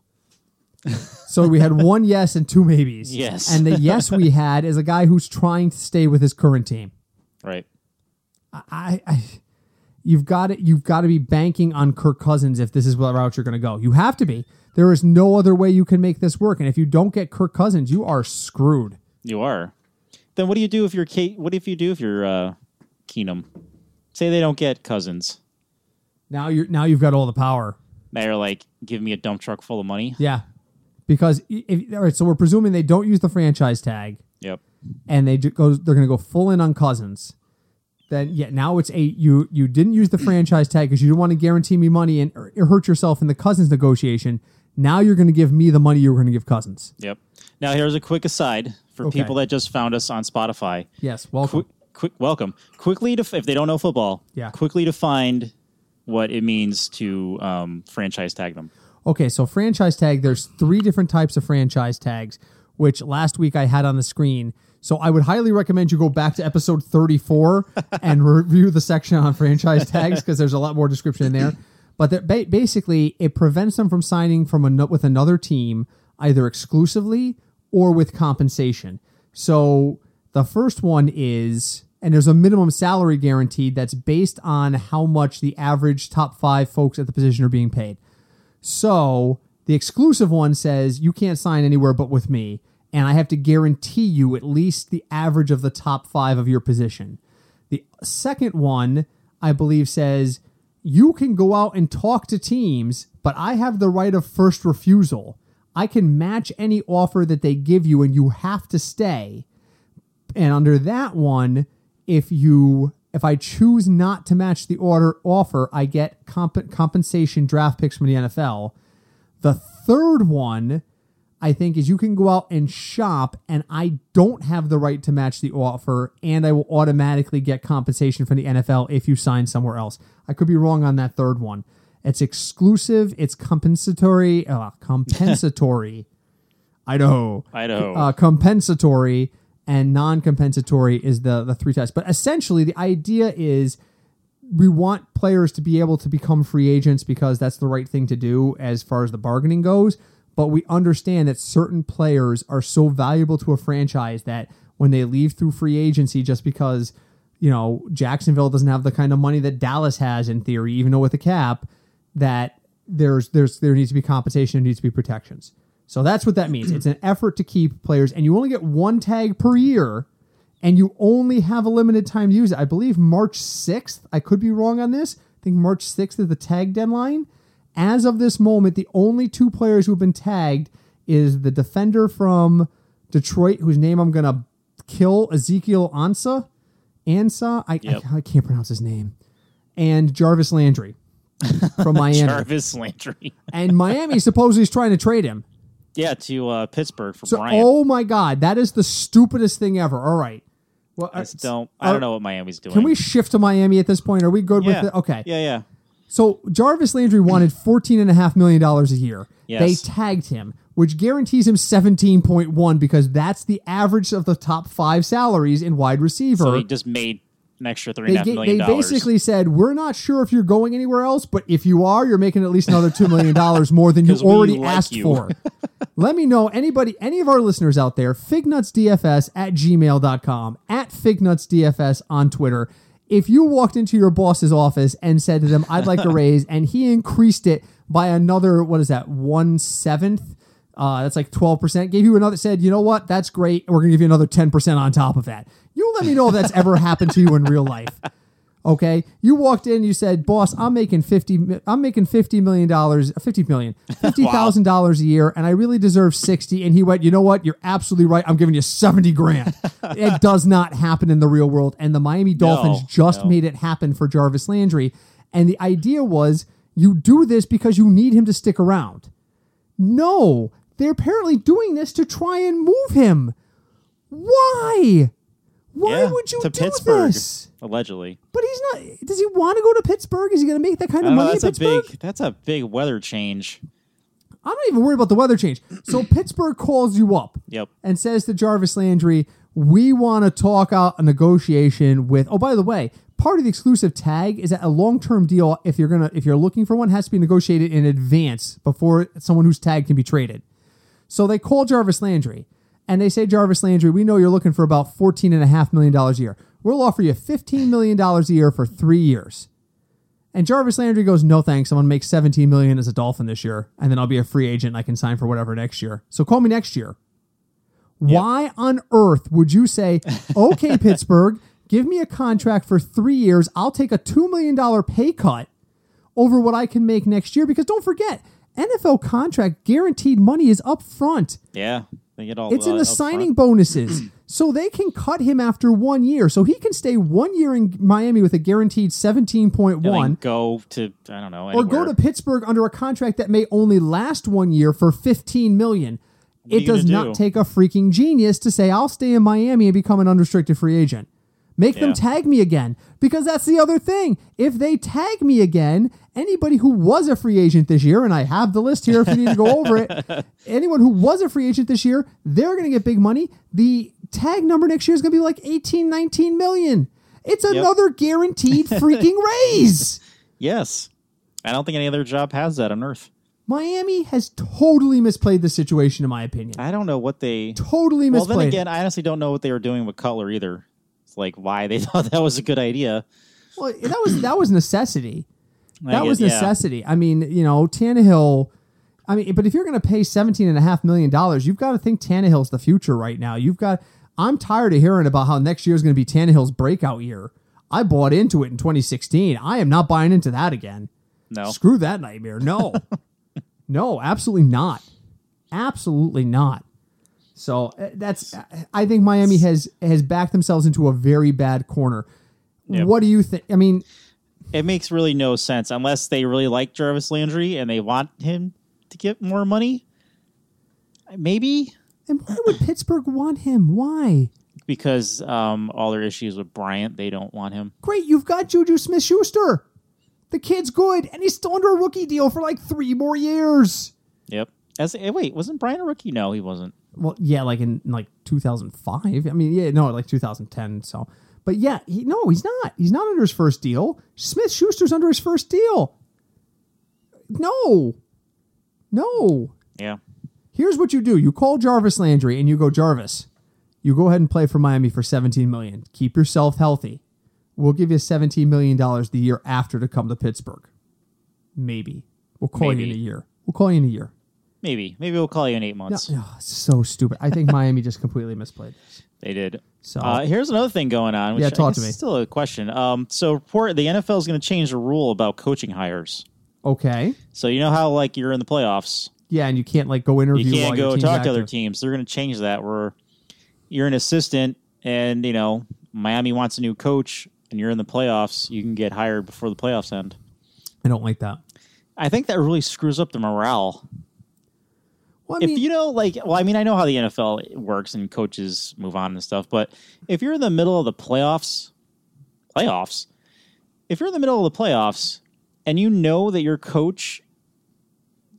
[SPEAKER 2] So we had one *laughs* yes and two maybes.
[SPEAKER 1] Yes.
[SPEAKER 2] And the yes we had is a guy who's trying to stay with his current team.
[SPEAKER 1] Right.
[SPEAKER 2] I, I you've got it you've got to be banking on Kirk Cousins if this is what route you're going to go. You have to be. There is no other way you can make this work and if you don't get Kirk Cousins, you are screwed.
[SPEAKER 1] You are. Then what do you do if you're Kate? What if you do if you're uh, Keenum? Say they don't get Cousins.
[SPEAKER 2] Now you are now you've got all the power.
[SPEAKER 1] that are like, give me a dump truck full of *laughs* money.
[SPEAKER 2] Yeah. Because i- if, all right, so we're presuming they don't use the franchise tag
[SPEAKER 1] Yep.
[SPEAKER 2] and they ju- go they're going to go full in on Cousins. Then yeah, now it's eight. You you didn't use the franchise tag because you didn't want to guarantee me money and or, or hurt yourself in the Cousins negotiation. Now you're going to give me the money you were going to give Cousins.
[SPEAKER 1] Yep. Now, here's a quick aside for
[SPEAKER 2] Okay.
[SPEAKER 1] people that just found us on Spotify.
[SPEAKER 2] Yes, welcome.
[SPEAKER 1] Quick, quick, welcome. Quickly to if they don't know football.
[SPEAKER 2] Yeah.
[SPEAKER 1] Quickly to find what it means to um, franchise tag them.
[SPEAKER 2] Okay, so franchise tag, there's three different types of franchise tags, which last week I had on the screen. So I would highly recommend you go back to episode 34 and review the section on franchise tags because there's a lot more description in there. But that ba- basically, it prevents them from signing from ano- with another team either exclusively or with compensation. So the first one is, and there's a minimum salary guaranteed that's based on how much the average top five folks at the position are being paid. So the exclusive one says you can't sign anywhere but with me, and I have to guarantee you at least the average of the top five of your position. The second one, I believe, says you can go out and talk to teams, but I have the right of first refusal. I can match any offer that they give you, and you have to stay. And under that one, if you if I choose not to match the order offer, I get comp- compensation draft picks from the NFL. The third one, I think, is you can go out and shop, and I don't have the right to match the offer, and I will automatically get compensation from the NFL if you sign somewhere else. I could be wrong on that third one. It's exclusive. It's compensatory. Uh, compensatory. Idaho
[SPEAKER 1] Idaho.
[SPEAKER 2] uh, compensatory and non-compensatory is the the three types. But essentially, the idea is we want players to be able to become free agents because that's the right thing to do as far as the bargaining goes. But we understand that certain players are so valuable to a franchise that when they leave through free agency, just because you know Jacksonville doesn't have the kind of money that Dallas has in theory, even though with a cap, that there's there's there needs to be compensation, there needs to be protections. So that's what that means. It's an effort to keep players, and you only get one tag per year and you only have a limited time to use it. I believe March 6th. I could be wrong on this. I think March 6th is the tag deadline. As of this moment, the only two players who have been tagged is the defender from Detroit, whose name I'm going to kill, Ezekiel Ansa. Ansa? I,
[SPEAKER 1] Yep.
[SPEAKER 2] I, I can't pronounce his name. And
[SPEAKER 1] *laughs*
[SPEAKER 2] Jarvis Landry from Miami.
[SPEAKER 1] Jarvis *laughs* Landry.
[SPEAKER 2] and Miami supposedly is trying to trade him.
[SPEAKER 1] yeah, to uh, Pittsburgh for
[SPEAKER 2] So,
[SPEAKER 1] Bryant.
[SPEAKER 2] oh my God, that is the stupidest thing ever. All right. Well,
[SPEAKER 1] I
[SPEAKER 2] uh,
[SPEAKER 1] just don't. I
[SPEAKER 2] uh,
[SPEAKER 1] don't know what Miami's doing.
[SPEAKER 2] can we shift to Miami at this point? Are we good
[SPEAKER 1] Yeah.
[SPEAKER 2] with it? Okay.
[SPEAKER 1] Yeah, yeah.
[SPEAKER 2] So Jarvis Landry wanted $14.5 million a year.
[SPEAKER 1] Yes.
[SPEAKER 2] They tagged him, which guarantees him 17.1 because that's the average of the top five salaries in wide receiver.
[SPEAKER 1] So he just made an extra three and a
[SPEAKER 2] they,
[SPEAKER 1] half
[SPEAKER 2] ga-
[SPEAKER 1] million
[SPEAKER 2] they
[SPEAKER 1] dollars.
[SPEAKER 2] basically said, we're not sure if you're going anywhere else, but if you are, you're making at least another $2 million more than
[SPEAKER 1] *laughs*
[SPEAKER 2] you
[SPEAKER 1] 'Cause we
[SPEAKER 2] already
[SPEAKER 1] like
[SPEAKER 2] asked
[SPEAKER 1] you.
[SPEAKER 2] for. *laughs* Let me know anybody, any of our listeners out there, fignutsdfs at gmail.com, at fignutsdfs on Twitter. If you walked into your boss's office and said to them,
[SPEAKER 1] *laughs*
[SPEAKER 2] I'd like a raise, and he increased it by another, what is that, one seventh? Uh, that's like 12%. Gave you another, said, you know what, that's great. We're going to give you another 10% on top of that. You let me know if that's ever happened to you in real life. Okay, you walked in. You said, "Boss, I'm making fifty. mi- I'm making fifty million dollars, fifty
[SPEAKER 1] *laughs*
[SPEAKER 2] million, fifty thousand dollars a year, and I really deserve sixty. And he went, "You know what? You're absolutely right. I'm giving you seventy
[SPEAKER 1] *laughs*
[SPEAKER 2] grand." it does not happen in the real world, and the Miami Dolphins just
[SPEAKER 1] no.
[SPEAKER 2] made it happen for Jarvis Landry. And the idea was, you do this because you need him to stick around. No, they're apparently doing this to try and move him. Why? Why
[SPEAKER 1] Yeah,
[SPEAKER 2] would you
[SPEAKER 1] to
[SPEAKER 2] do
[SPEAKER 1] Pittsburgh
[SPEAKER 2] this?
[SPEAKER 1] allegedly?
[SPEAKER 2] But he's not. Does he want to go to Pittsburgh? Is he going to make that kind
[SPEAKER 1] I don't
[SPEAKER 2] of
[SPEAKER 1] know,
[SPEAKER 2] money in
[SPEAKER 1] that's a
[SPEAKER 2] Pittsburgh?
[SPEAKER 1] big. That's a big weather change.
[SPEAKER 2] I'm not even worried about the weather change. So Pittsburgh calls you up
[SPEAKER 1] Yep.
[SPEAKER 2] and says to Jarvis Landry, "We want to talk out a negotiation with." Oh, by the way, part of the exclusive tag is that a long-term deal, if you're gonna, if you're looking for one, has to be negotiated in advance before someone who's tagged can be traded. So they call Jarvis Landry and they say, Jarvis Landry, we know you're looking for about $14.5 million a year. We'll offer you $15 million a year for three years. And Jarvis Landry goes, no thanks. I'm going to make $17 million as a Dolphin this year, and then I'll be a free agent and I can sign for whatever next year. So call me next year. Why on earth would you say, okay, Pittsburgh, give me a contract for three years. I'll take a $2 million pay cut over what I can make next year. Because don't forget, NFL contract guaranteed money is up front.
[SPEAKER 1] Yeah, they get all.
[SPEAKER 2] It's in
[SPEAKER 1] uh,
[SPEAKER 2] the
[SPEAKER 1] up
[SPEAKER 2] signing bonuses. So they can cut him after one year. So he can stay one year in Miami with a guaranteed
[SPEAKER 1] front. And
[SPEAKER 2] 17.1
[SPEAKER 1] then go to I don't know
[SPEAKER 2] or
[SPEAKER 1] anywhere.
[SPEAKER 2] go to Pittsburgh under a contract that may only last one year for 15 million.
[SPEAKER 1] are
[SPEAKER 2] It
[SPEAKER 1] you gonna
[SPEAKER 2] does not
[SPEAKER 1] do?
[SPEAKER 2] take a freaking genius to say I'll stay in Miami and become an unrestricted free agent. Make them
[SPEAKER 1] Yeah.
[SPEAKER 2] tag me again because that's the other thing. If they tag me again, anybody who was a free agent this year, and I have the list here if you need to go
[SPEAKER 1] *laughs*
[SPEAKER 2] over it, anyone who was a free agent this year, they're going to get big money. The tag number next year is going to be like 18, 19 million. It's another guaranteed freaking raise.
[SPEAKER 1] yes, I don't think any other job has that on Earth.
[SPEAKER 2] Miami has totally misplayed the situation, in my opinion.
[SPEAKER 1] I don't know what they.
[SPEAKER 2] Totally
[SPEAKER 1] Well,
[SPEAKER 2] misplayed.
[SPEAKER 1] then
[SPEAKER 2] it.
[SPEAKER 1] again, I honestly don't know what they were doing with Cutler either. It's like why they *laughs* thought that was a good idea.
[SPEAKER 2] Well, that was that was necessity.
[SPEAKER 1] I
[SPEAKER 2] That was
[SPEAKER 1] guess- yeah.
[SPEAKER 2] necessity. I mean, you know, Tannehill. I mean, but if you're going to pay seventeen and a half million dollars, you've got to think Tannehill's the future right now. You've got. I'm tired of hearing about how next year is going to be Tannehill's breakout year. I bought into it in 2016. I am not buying into that again.
[SPEAKER 1] No.
[SPEAKER 2] Screw that nightmare. No. no, absolutely not. Absolutely not. So uh, that's I think Miami has has backed themselves into a very bad corner.
[SPEAKER 1] Yep.
[SPEAKER 2] What do you think? I mean,
[SPEAKER 1] it makes really no sense unless they really like Jarvis Landry and they want him to get more money. Maybe
[SPEAKER 2] and why would Pittsburgh want him? Why?
[SPEAKER 1] because um, all their issues with Bryant, they don't want him.
[SPEAKER 2] Great, you've got Juju Smith-Schuster. The kid's good, and he's still under a rookie deal for like three more years.
[SPEAKER 1] Yep. As eh, wait, wasn't Bryant a rookie? No, he wasn't.
[SPEAKER 2] well yeah like in like 2005 i mean yeah no like 2010 so but yeah he, no he's not he's not under his first deal smith schuster's under his first deal no no
[SPEAKER 1] Yeah.
[SPEAKER 2] here's what you do you call jarvis landry and you go jarvis you go ahead and play for miami for 17 million keep yourself healthy we'll give you 17 million dollars the year after to come to pittsburgh maybe we'll call you in
[SPEAKER 1] Maybe.
[SPEAKER 2] a year we'll call you in a year
[SPEAKER 1] Maybe. Maybe we'll call you in eight
[SPEAKER 2] no,
[SPEAKER 1] months.
[SPEAKER 2] oh, it's so stupid i think miami just completely misplayed this
[SPEAKER 1] They did.
[SPEAKER 2] So-
[SPEAKER 1] uh, here's another thing going on. Which
[SPEAKER 2] Yeah,
[SPEAKER 1] I
[SPEAKER 2] talk
[SPEAKER 1] guess
[SPEAKER 2] to me.
[SPEAKER 1] is Still a question. Um, so report the NFL is going to change the rule about coaching hires.
[SPEAKER 2] Okay.
[SPEAKER 1] So you know how like you're in the playoffs,
[SPEAKER 2] Yeah, and you can't like go interview.
[SPEAKER 1] you
[SPEAKER 2] while
[SPEAKER 1] can't
[SPEAKER 2] your
[SPEAKER 1] go
[SPEAKER 2] team's
[SPEAKER 1] talk to other
[SPEAKER 2] active.
[SPEAKER 1] teams. They're going to change that where you're an assistant and, you know, Miami wants a new coach and you're in the playoffs, you can get hired before the playoffs end.
[SPEAKER 2] I don't like that.
[SPEAKER 1] I think that really screws up the morale.
[SPEAKER 2] Well, I mean,
[SPEAKER 1] if you know, like, well, I mean, I know how the NFL works and coaches move on and stuff, but if you're in the middle of the playoffs, playoffs, if you're in the middle of the playoffs and you know that your coach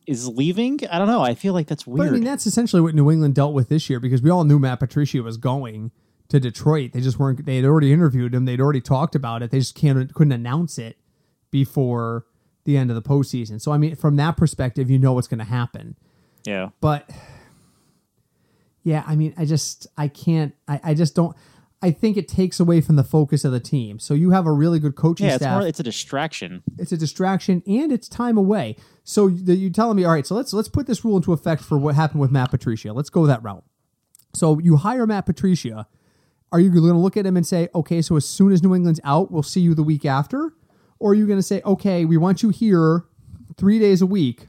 [SPEAKER 1] is leaving, I don't know. I feel like that's
[SPEAKER 2] but I
[SPEAKER 1] weird.
[SPEAKER 2] mean that's essentially what New England dealt with this year because we all knew Matt Patricia was going to Detroit. They just weren't. They had already interviewed him. They'd already talked about it. They just can't couldn't announce it before the end of the postseason. So I mean, from that perspective, you know what's going to happen.
[SPEAKER 1] yeah.
[SPEAKER 2] but yeah i mean i just i can't i, I just don't i think it takes away from the focus of the team so you have a really good coaching
[SPEAKER 1] Yeah, it's
[SPEAKER 2] staff
[SPEAKER 1] more. It's a distraction.
[SPEAKER 2] it's a distraction and it's time away so the, you're telling me all right so let's let's put this rule into effect for what happened with matt patricia let's go that route so you hire matt patricia are you going to look at him and say okay so as soon as new england's out we'll see you the week after or are you going to say okay we want you here three days a week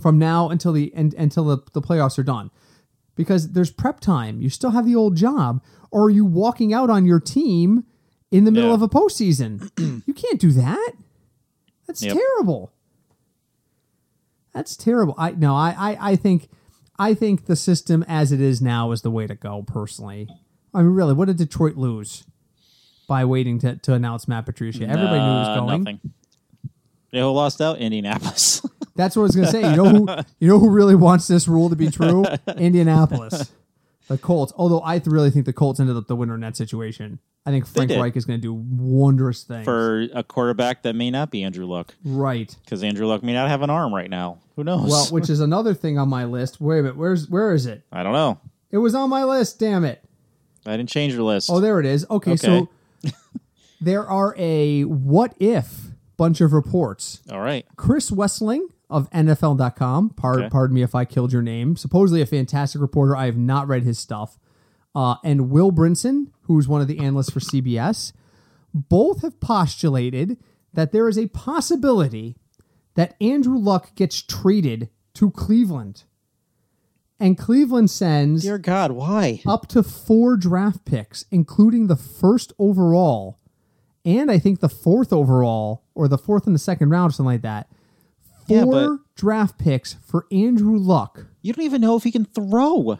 [SPEAKER 2] from now until the and, until the, the playoffs are done because there's prep time you still have the old job or are you walking out on your team in the middle
[SPEAKER 1] Yeah.
[SPEAKER 2] of a postseason
[SPEAKER 1] *clears throat*
[SPEAKER 2] you can't do that that's
[SPEAKER 1] Yep.
[SPEAKER 2] terrible. That's terrible. I no, I, I I think I think the system as it is now is the way to go personally. I mean really, what did Detroit lose by waiting to, to announce Matt Patricia? Everybody knew he
[SPEAKER 1] Uh,
[SPEAKER 2] was going.
[SPEAKER 1] Nothing. They all lost out Indianapolis. *laughs*
[SPEAKER 2] That's what I was gonna say. You know who you know who really wants this rule to
[SPEAKER 1] *laughs*
[SPEAKER 2] be true? Indianapolis. The Colts. Although I th- really think the Colts ended up the winner in that situation. I think Frank
[SPEAKER 1] did.
[SPEAKER 2] Reich is gonna do wondrous things.
[SPEAKER 1] for a quarterback that may not be Andrew Luck
[SPEAKER 2] right.
[SPEAKER 1] because Andrew Luck may not have an arm right now. Who knows?
[SPEAKER 2] Well, which is another thing on my list. Wait a minute, where's where is it?
[SPEAKER 1] I don't know.
[SPEAKER 2] It was on my list, damn it.
[SPEAKER 1] I didn't change your list.
[SPEAKER 2] Oh, there it is. Okay, so
[SPEAKER 1] Okay.
[SPEAKER 2] *laughs* there are a what if bunch of reports.
[SPEAKER 1] all right.
[SPEAKER 2] Chris Wessling of NFL.com, par-
[SPEAKER 1] Okay.
[SPEAKER 2] pardon me if I killed your name, supposedly a fantastic reporter. I have not read his stuff. Uh, and Will Brinson, who's one of the analysts for CBS, both have postulated that there is a possibility that Andrew Luck gets traded to Cleveland. And Cleveland sends
[SPEAKER 1] Dear God, why?
[SPEAKER 2] up to four draft picks, including the first overall, and I think the fourth overall, or the fourth in the second round, or something like that. Four
[SPEAKER 1] Yeah, but-
[SPEAKER 2] draft picks for Andrew Luck.
[SPEAKER 1] You don't even know if he can throw.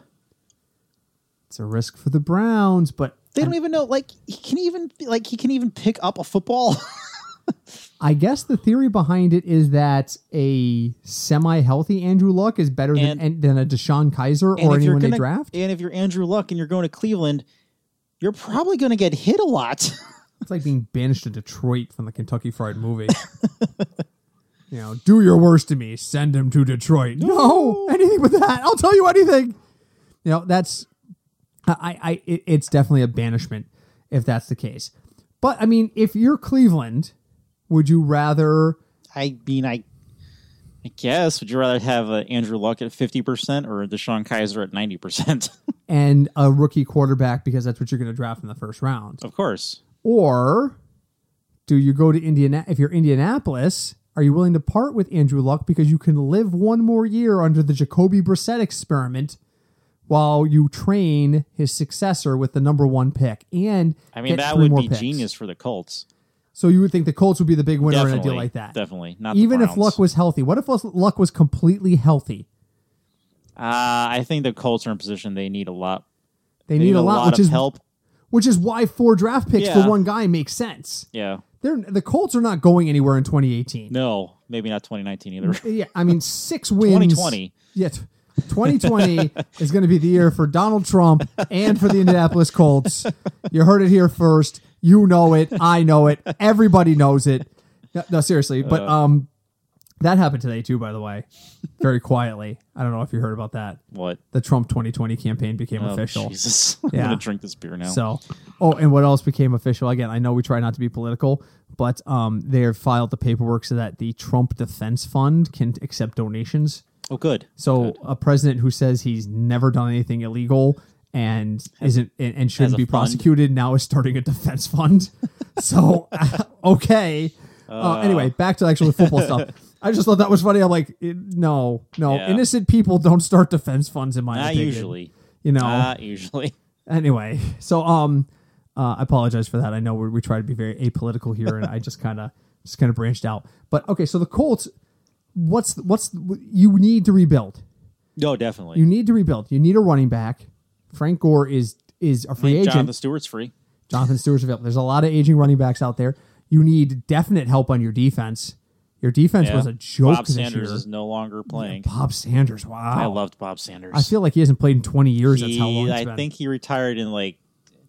[SPEAKER 2] It's a risk for the Browns, but
[SPEAKER 1] They don't even know. Like he can even like he can even pick up a football. *laughs*
[SPEAKER 2] I guess the theory behind it is that a semi-healthy Andrew Luck is better than
[SPEAKER 1] And-
[SPEAKER 2] than a Deshaun Kaiser
[SPEAKER 1] And
[SPEAKER 2] or
[SPEAKER 1] if
[SPEAKER 2] anyone
[SPEAKER 1] gonna,
[SPEAKER 2] they draft.
[SPEAKER 1] And if you're Andrew Luck and you're going to Cleveland, you're probably going to get hit a lot. *laughs*
[SPEAKER 2] It's like being banished to Detroit from the Kentucky Fried Movie. you know, do your worst to me. Send him to Detroit. No, anything but that. I'll tell you anything. You know, that's I, I it, it's definitely a banishment if that's the case. But I mean, if you're Cleveland, would you rather?
[SPEAKER 1] I mean, I, I guess would you rather have uh, Andrew Luck at fifty percent or Deshaun Kaiser at ninety percent? *laughs*
[SPEAKER 2] And a rookie quarterback because that's what you're going to draft in the first round.
[SPEAKER 1] of course.
[SPEAKER 2] Or do you go to Indiana? If you're Indianapolis, are you willing to part with Andrew Luck because you can live one more year under the Jacoby Brissett experiment while you train his successor with the number one pick? And
[SPEAKER 1] I mean,
[SPEAKER 2] get
[SPEAKER 1] that
[SPEAKER 2] three
[SPEAKER 1] would
[SPEAKER 2] more
[SPEAKER 1] be
[SPEAKER 2] picks?
[SPEAKER 1] genius for the Colts.
[SPEAKER 2] So you would think the Colts would be the big winner
[SPEAKER 1] Definitely,
[SPEAKER 2] in a deal like that,
[SPEAKER 1] Definitely not. the
[SPEAKER 2] even if
[SPEAKER 1] Browns.
[SPEAKER 2] Luck was healthy. What if Luck was completely healthy?
[SPEAKER 1] uh, I think the Colts are in a position they need a lot.
[SPEAKER 2] They, need, a lot, which
[SPEAKER 1] of
[SPEAKER 2] is
[SPEAKER 1] help.
[SPEAKER 2] which is why four draft picks
[SPEAKER 1] Yeah.
[SPEAKER 2] for one guy makes sense.
[SPEAKER 1] Yeah.
[SPEAKER 2] They're, the Colts are not going anywhere in 2018.
[SPEAKER 1] No, maybe not 2019 either. *laughs*
[SPEAKER 2] Yeah, I mean six wins.
[SPEAKER 1] 2020.
[SPEAKER 2] Yeah, t- 2020 is going to be the year for Donald Trump and for the Indianapolis Colts. You heard it here first. You know it. I know it. Everybody knows it. No, no, seriously, but um, that happened today too. By the way, very quietly. I don't know if you heard about that.
[SPEAKER 1] What?
[SPEAKER 2] The Trump 2020 campaign became
[SPEAKER 1] Oh,
[SPEAKER 2] official.
[SPEAKER 1] Jesus. *laughs* I'm
[SPEAKER 2] Yeah.
[SPEAKER 1] gonna drink this beer now.
[SPEAKER 2] So, oh, and what else became official? Again, I know we try not to be political, but um, they have filed the paperwork so that the Trump Defense Fund can accept donations.
[SPEAKER 1] oh, good.
[SPEAKER 2] So a president who says he's never done anything illegal and isn't and, and
[SPEAKER 1] has a
[SPEAKER 2] shouldn't be
[SPEAKER 1] fund.
[SPEAKER 2] prosecuted now is starting a defense *laughs* fund. so *laughs* okay. Uh, anyway, back to the actual
[SPEAKER 1] *laughs*
[SPEAKER 2] football stuff. I just thought that was funny. I'm like, eh, no, no,
[SPEAKER 1] Yeah.
[SPEAKER 2] innocent people don't start defense funds in my
[SPEAKER 1] Not
[SPEAKER 2] opinion.
[SPEAKER 1] usually. Uh.
[SPEAKER 2] you know.
[SPEAKER 1] Not usually. *laughs*
[SPEAKER 2] anyway, so um, uh, I apologize for that. I know we we try to be very apolitical here, and I just kind of just kind of branched out. But okay, so the Colts, what's what's you need to rebuild.
[SPEAKER 1] No, definitely.
[SPEAKER 2] You need to rebuild. You need a running back. Frank Gore is is a free agent.
[SPEAKER 1] Jonathan Stewart's free.
[SPEAKER 2] Jonathan Stewart's available. There's a lot of aging running backs out there. You need definite help on your defense. Your defense
[SPEAKER 1] Yeah.
[SPEAKER 2] was a joke
[SPEAKER 1] Bob
[SPEAKER 2] this
[SPEAKER 1] Sanders
[SPEAKER 2] year.
[SPEAKER 1] is no longer playing.
[SPEAKER 2] Bob Sanders. Wow.
[SPEAKER 1] I loved Bob Sanders.
[SPEAKER 2] I feel like he hasn't played in 20 years. That's how
[SPEAKER 1] He-
[SPEAKER 2] long it's
[SPEAKER 1] I
[SPEAKER 2] been.
[SPEAKER 1] think he retired in like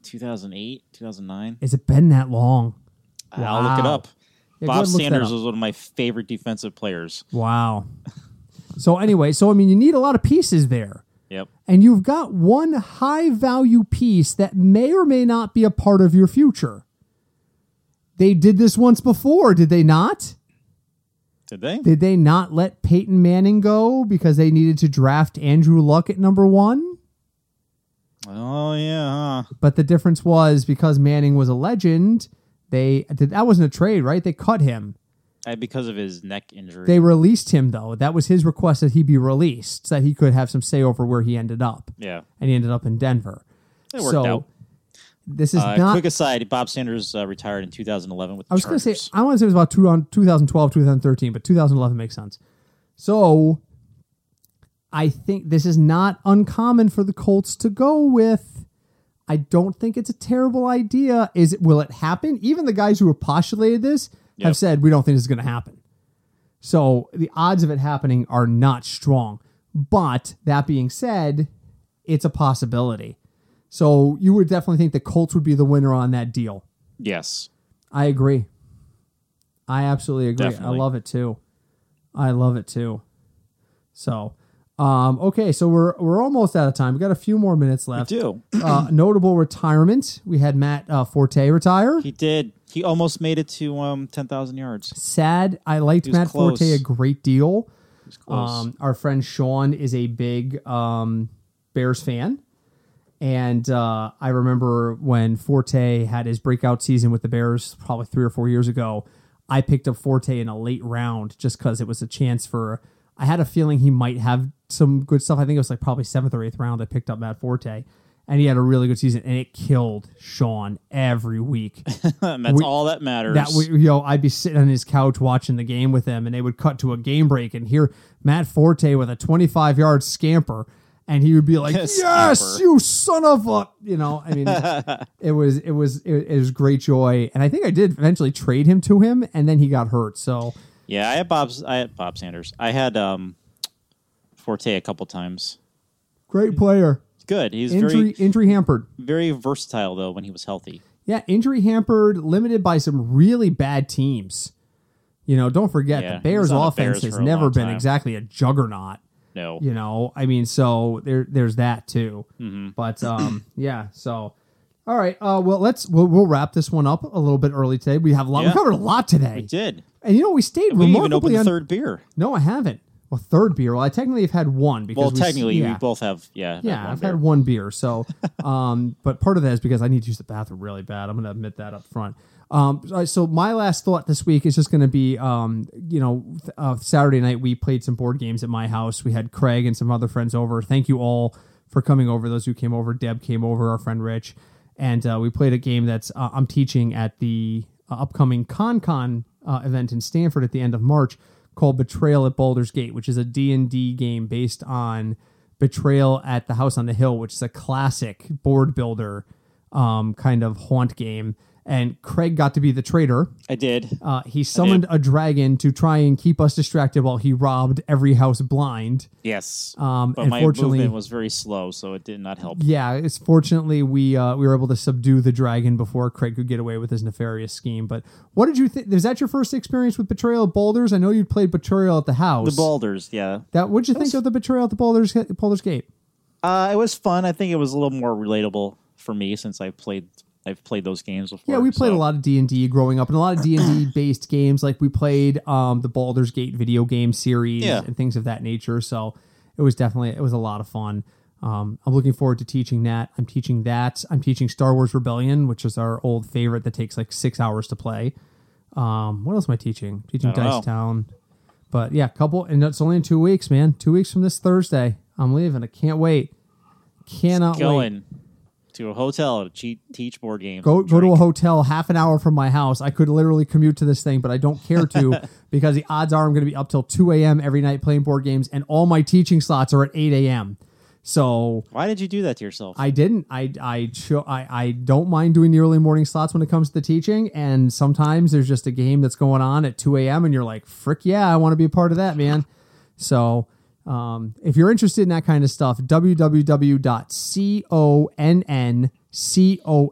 [SPEAKER 1] 2008, 2009.
[SPEAKER 2] Has it been that long?
[SPEAKER 1] I'll look it
[SPEAKER 2] Wow.
[SPEAKER 1] up.
[SPEAKER 2] Yeah, go ahead
[SPEAKER 1] Bob
[SPEAKER 2] and look that
[SPEAKER 1] Sanders
[SPEAKER 2] up.
[SPEAKER 1] was one of my favorite defensive players.
[SPEAKER 2] Wow. so anyway, so I mean, you need a lot of pieces there,
[SPEAKER 1] Yep.
[SPEAKER 2] and you've got one high value piece that may or may not be a part of your future. They did this once before, did they not?
[SPEAKER 1] Did they?
[SPEAKER 2] Did they not let Peyton Manning go because they needed to draft Andrew Luck at number one?
[SPEAKER 1] Oh yeah. huh.
[SPEAKER 2] But the difference was because Manning was a legend. They did, that wasn't a trade, right? They cut him.
[SPEAKER 1] I, because of his neck injury.
[SPEAKER 2] They released him though. That was his request that he be released, so that he could have some say over where he ended up.
[SPEAKER 1] yeah.
[SPEAKER 2] and he ended up in Denver.
[SPEAKER 1] It worked
[SPEAKER 2] so
[SPEAKER 1] out.
[SPEAKER 2] this is
[SPEAKER 1] Uh,
[SPEAKER 2] not.
[SPEAKER 1] quick aside: Bob Sanders uh, retired in 2011 with the
[SPEAKER 2] I was going to
[SPEAKER 1] Chargers.
[SPEAKER 2] say I want to say it was about two, 2012, 2013, but 2011 makes sense. So I think this is not uncommon for the Colts to go with. I don't think it's a terrible idea. Is it, will it happen? Even the guys who have postulated this
[SPEAKER 1] Yep.
[SPEAKER 2] have said we don't think this is going to happen. So the odds of it happening are not strong. But that being said, it's a possibility. So you would definitely think the Colts would be the winner on that deal.
[SPEAKER 1] yes.
[SPEAKER 2] I agree. I absolutely agree.
[SPEAKER 1] Definitely.
[SPEAKER 2] I love it too. I love it too. So, um, okay, so we're we're almost out of time. We got a few more minutes left.
[SPEAKER 1] Do
[SPEAKER 2] Uh, notable retirement. We had Matt uh, Forte retire.
[SPEAKER 1] he did? He almost made it to um 10,000 yards. *laughs*
[SPEAKER 2] Sad. I liked
[SPEAKER 1] He was
[SPEAKER 2] Matt Forte
[SPEAKER 1] close.
[SPEAKER 2] a great deal.
[SPEAKER 1] He's close.
[SPEAKER 2] Um, our friend Sean is a big um, Bears fan. And uh, I remember when Forte had his breakout season with the Bears probably three or four years ago. I picked up Forte in a late round just because it was a chance for. I had a feeling he might have some good stuff. I think it was like probably seventh or eighth round. I picked up Matt Forte, and he had a really good season, and it killed Sean every week.
[SPEAKER 1] And that's
[SPEAKER 2] We-
[SPEAKER 1] all that matters.
[SPEAKER 2] That we, you know, I'd be sitting on his couch watching the game with him, and they would cut to a game break and hear Matt Forte with a 25 yard scamper, and he would be like,
[SPEAKER 1] *laughs* Scamper.
[SPEAKER 2] "Yes, you son of a," you know.
[SPEAKER 1] *laughs*
[SPEAKER 2] I mean, it was it was it, it was great joy, and I think I did eventually trade him to him, and then he got hurt. So
[SPEAKER 1] yeah, I had Bob's. I had Bob Sanders. I had um, Forte a couple times.
[SPEAKER 2] great player,
[SPEAKER 1] Good. He's
[SPEAKER 2] injury
[SPEAKER 1] very
[SPEAKER 2] injury hampered.
[SPEAKER 1] very versatile though when he was healthy.
[SPEAKER 2] Yeah, injury hampered, limited by some really bad teams. You know, don't forget
[SPEAKER 1] Yeah,
[SPEAKER 2] the
[SPEAKER 1] he was
[SPEAKER 2] Bears'
[SPEAKER 1] on the
[SPEAKER 2] offense
[SPEAKER 1] Bears
[SPEAKER 2] has
[SPEAKER 1] for a
[SPEAKER 2] never
[SPEAKER 1] long
[SPEAKER 2] been
[SPEAKER 1] time.
[SPEAKER 2] exactly a juggernaut.
[SPEAKER 1] No.
[SPEAKER 2] you know i mean so there there's that too
[SPEAKER 1] Mm-hmm.
[SPEAKER 2] but um *clears throat* yeah so all right uh well let's we'll, we'll wrap this one up a little bit early today we have a lot we
[SPEAKER 1] Yeah.
[SPEAKER 2] covered a lot today
[SPEAKER 1] Did
[SPEAKER 2] and you know we stayed
[SPEAKER 1] we didn't even
[SPEAKER 2] remarkably
[SPEAKER 1] open the
[SPEAKER 2] un-
[SPEAKER 1] third beer?
[SPEAKER 2] no i haven't well third beer well i technically have had one because
[SPEAKER 1] Well,
[SPEAKER 2] we s-
[SPEAKER 1] technically,
[SPEAKER 2] yeah.
[SPEAKER 1] we both have. Yeah.
[SPEAKER 2] yeah,
[SPEAKER 1] one
[SPEAKER 2] I've
[SPEAKER 1] beer.
[SPEAKER 2] had one beer. So, um, but part of that is because I need to use the bathroom really bad. I'm going to admit that up front. Um, so- so my last thought this week is just going to be, um, you know, th- uh, Saturday night we played some board games at my house. We had Craig and some other friends over. Thank you all for coming over. Those who came over, Deb came over, our friend Rich, and uh, we played a game that's uh, I'm teaching at the uh, upcoming ConCon uh, event in Stanford at the end of March called Betrayal at Baldur's Gate, which is a D&D game based on Betrayal at the House on the Hill, which is a classic board builder um, kind of haunt game. And Craig got to be the traitor.
[SPEAKER 1] I did.
[SPEAKER 2] Uh, he summoned a dragon to try and keep us distracted while he robbed every house blind.
[SPEAKER 1] Yes.
[SPEAKER 2] Um,
[SPEAKER 1] but my
[SPEAKER 2] unfortunately-
[SPEAKER 1] movement was very slow, so it did not help.
[SPEAKER 2] Yeah, it's fortunately we uh, we were able to subdue the dragon before Craig could get away with his nefarious scheme. But what did you think? Is that your first experience with Betrayal at Boulders? I know you played Betrayal at the House.
[SPEAKER 1] The Balders, yeah.
[SPEAKER 2] That what'd you think of the Betrayal at the Boulders Boulders Gate?
[SPEAKER 1] Uh, it was fun. I think it was a little more relatable for me since I've played I've played those games before.
[SPEAKER 2] Yeah, we played
[SPEAKER 1] so-
[SPEAKER 2] a lot of D and D growing up, and a lot of D
[SPEAKER 1] *clears throat*
[SPEAKER 2] and D based games. Like we played um, the Baldur's Gate video game series
[SPEAKER 1] Yeah.
[SPEAKER 2] and things of that nature. So it was definitely it was a lot of fun. Um, I'm looking forward to teaching that. I'm teaching that. I'm teaching Star Wars Rebellion, which is our old favorite that takes like six hours to play. Um, what else am I teaching? Teaching
[SPEAKER 1] don't
[SPEAKER 2] Dice
[SPEAKER 1] know.
[SPEAKER 2] Town. But yeah, couple, and that's only in two weeks, man. Two weeks from this Thursday, I'm leaving. I can't wait. Cannot wait
[SPEAKER 1] going to a hotel to cheat, teach board games.
[SPEAKER 2] go
[SPEAKER 1] and
[SPEAKER 2] go to a
[SPEAKER 1] drink.
[SPEAKER 2] hotel half an hour from my house. I could literally commute to this thing, but I don't care to because the odds are I'm going to be up till 2 a.m. every night playing board games, and all my teaching slots are at 8 a.m. So
[SPEAKER 1] Why did you do that to yourself?
[SPEAKER 2] I didn't. I I, cho- I I don't mind doing the early morning slots when it comes to the teaching, and sometimes there's just a game that's going on at 2 a.m. and you're like, frick yeah, I want to be a part of that, man. So um, if you're interested in that kind of stuff,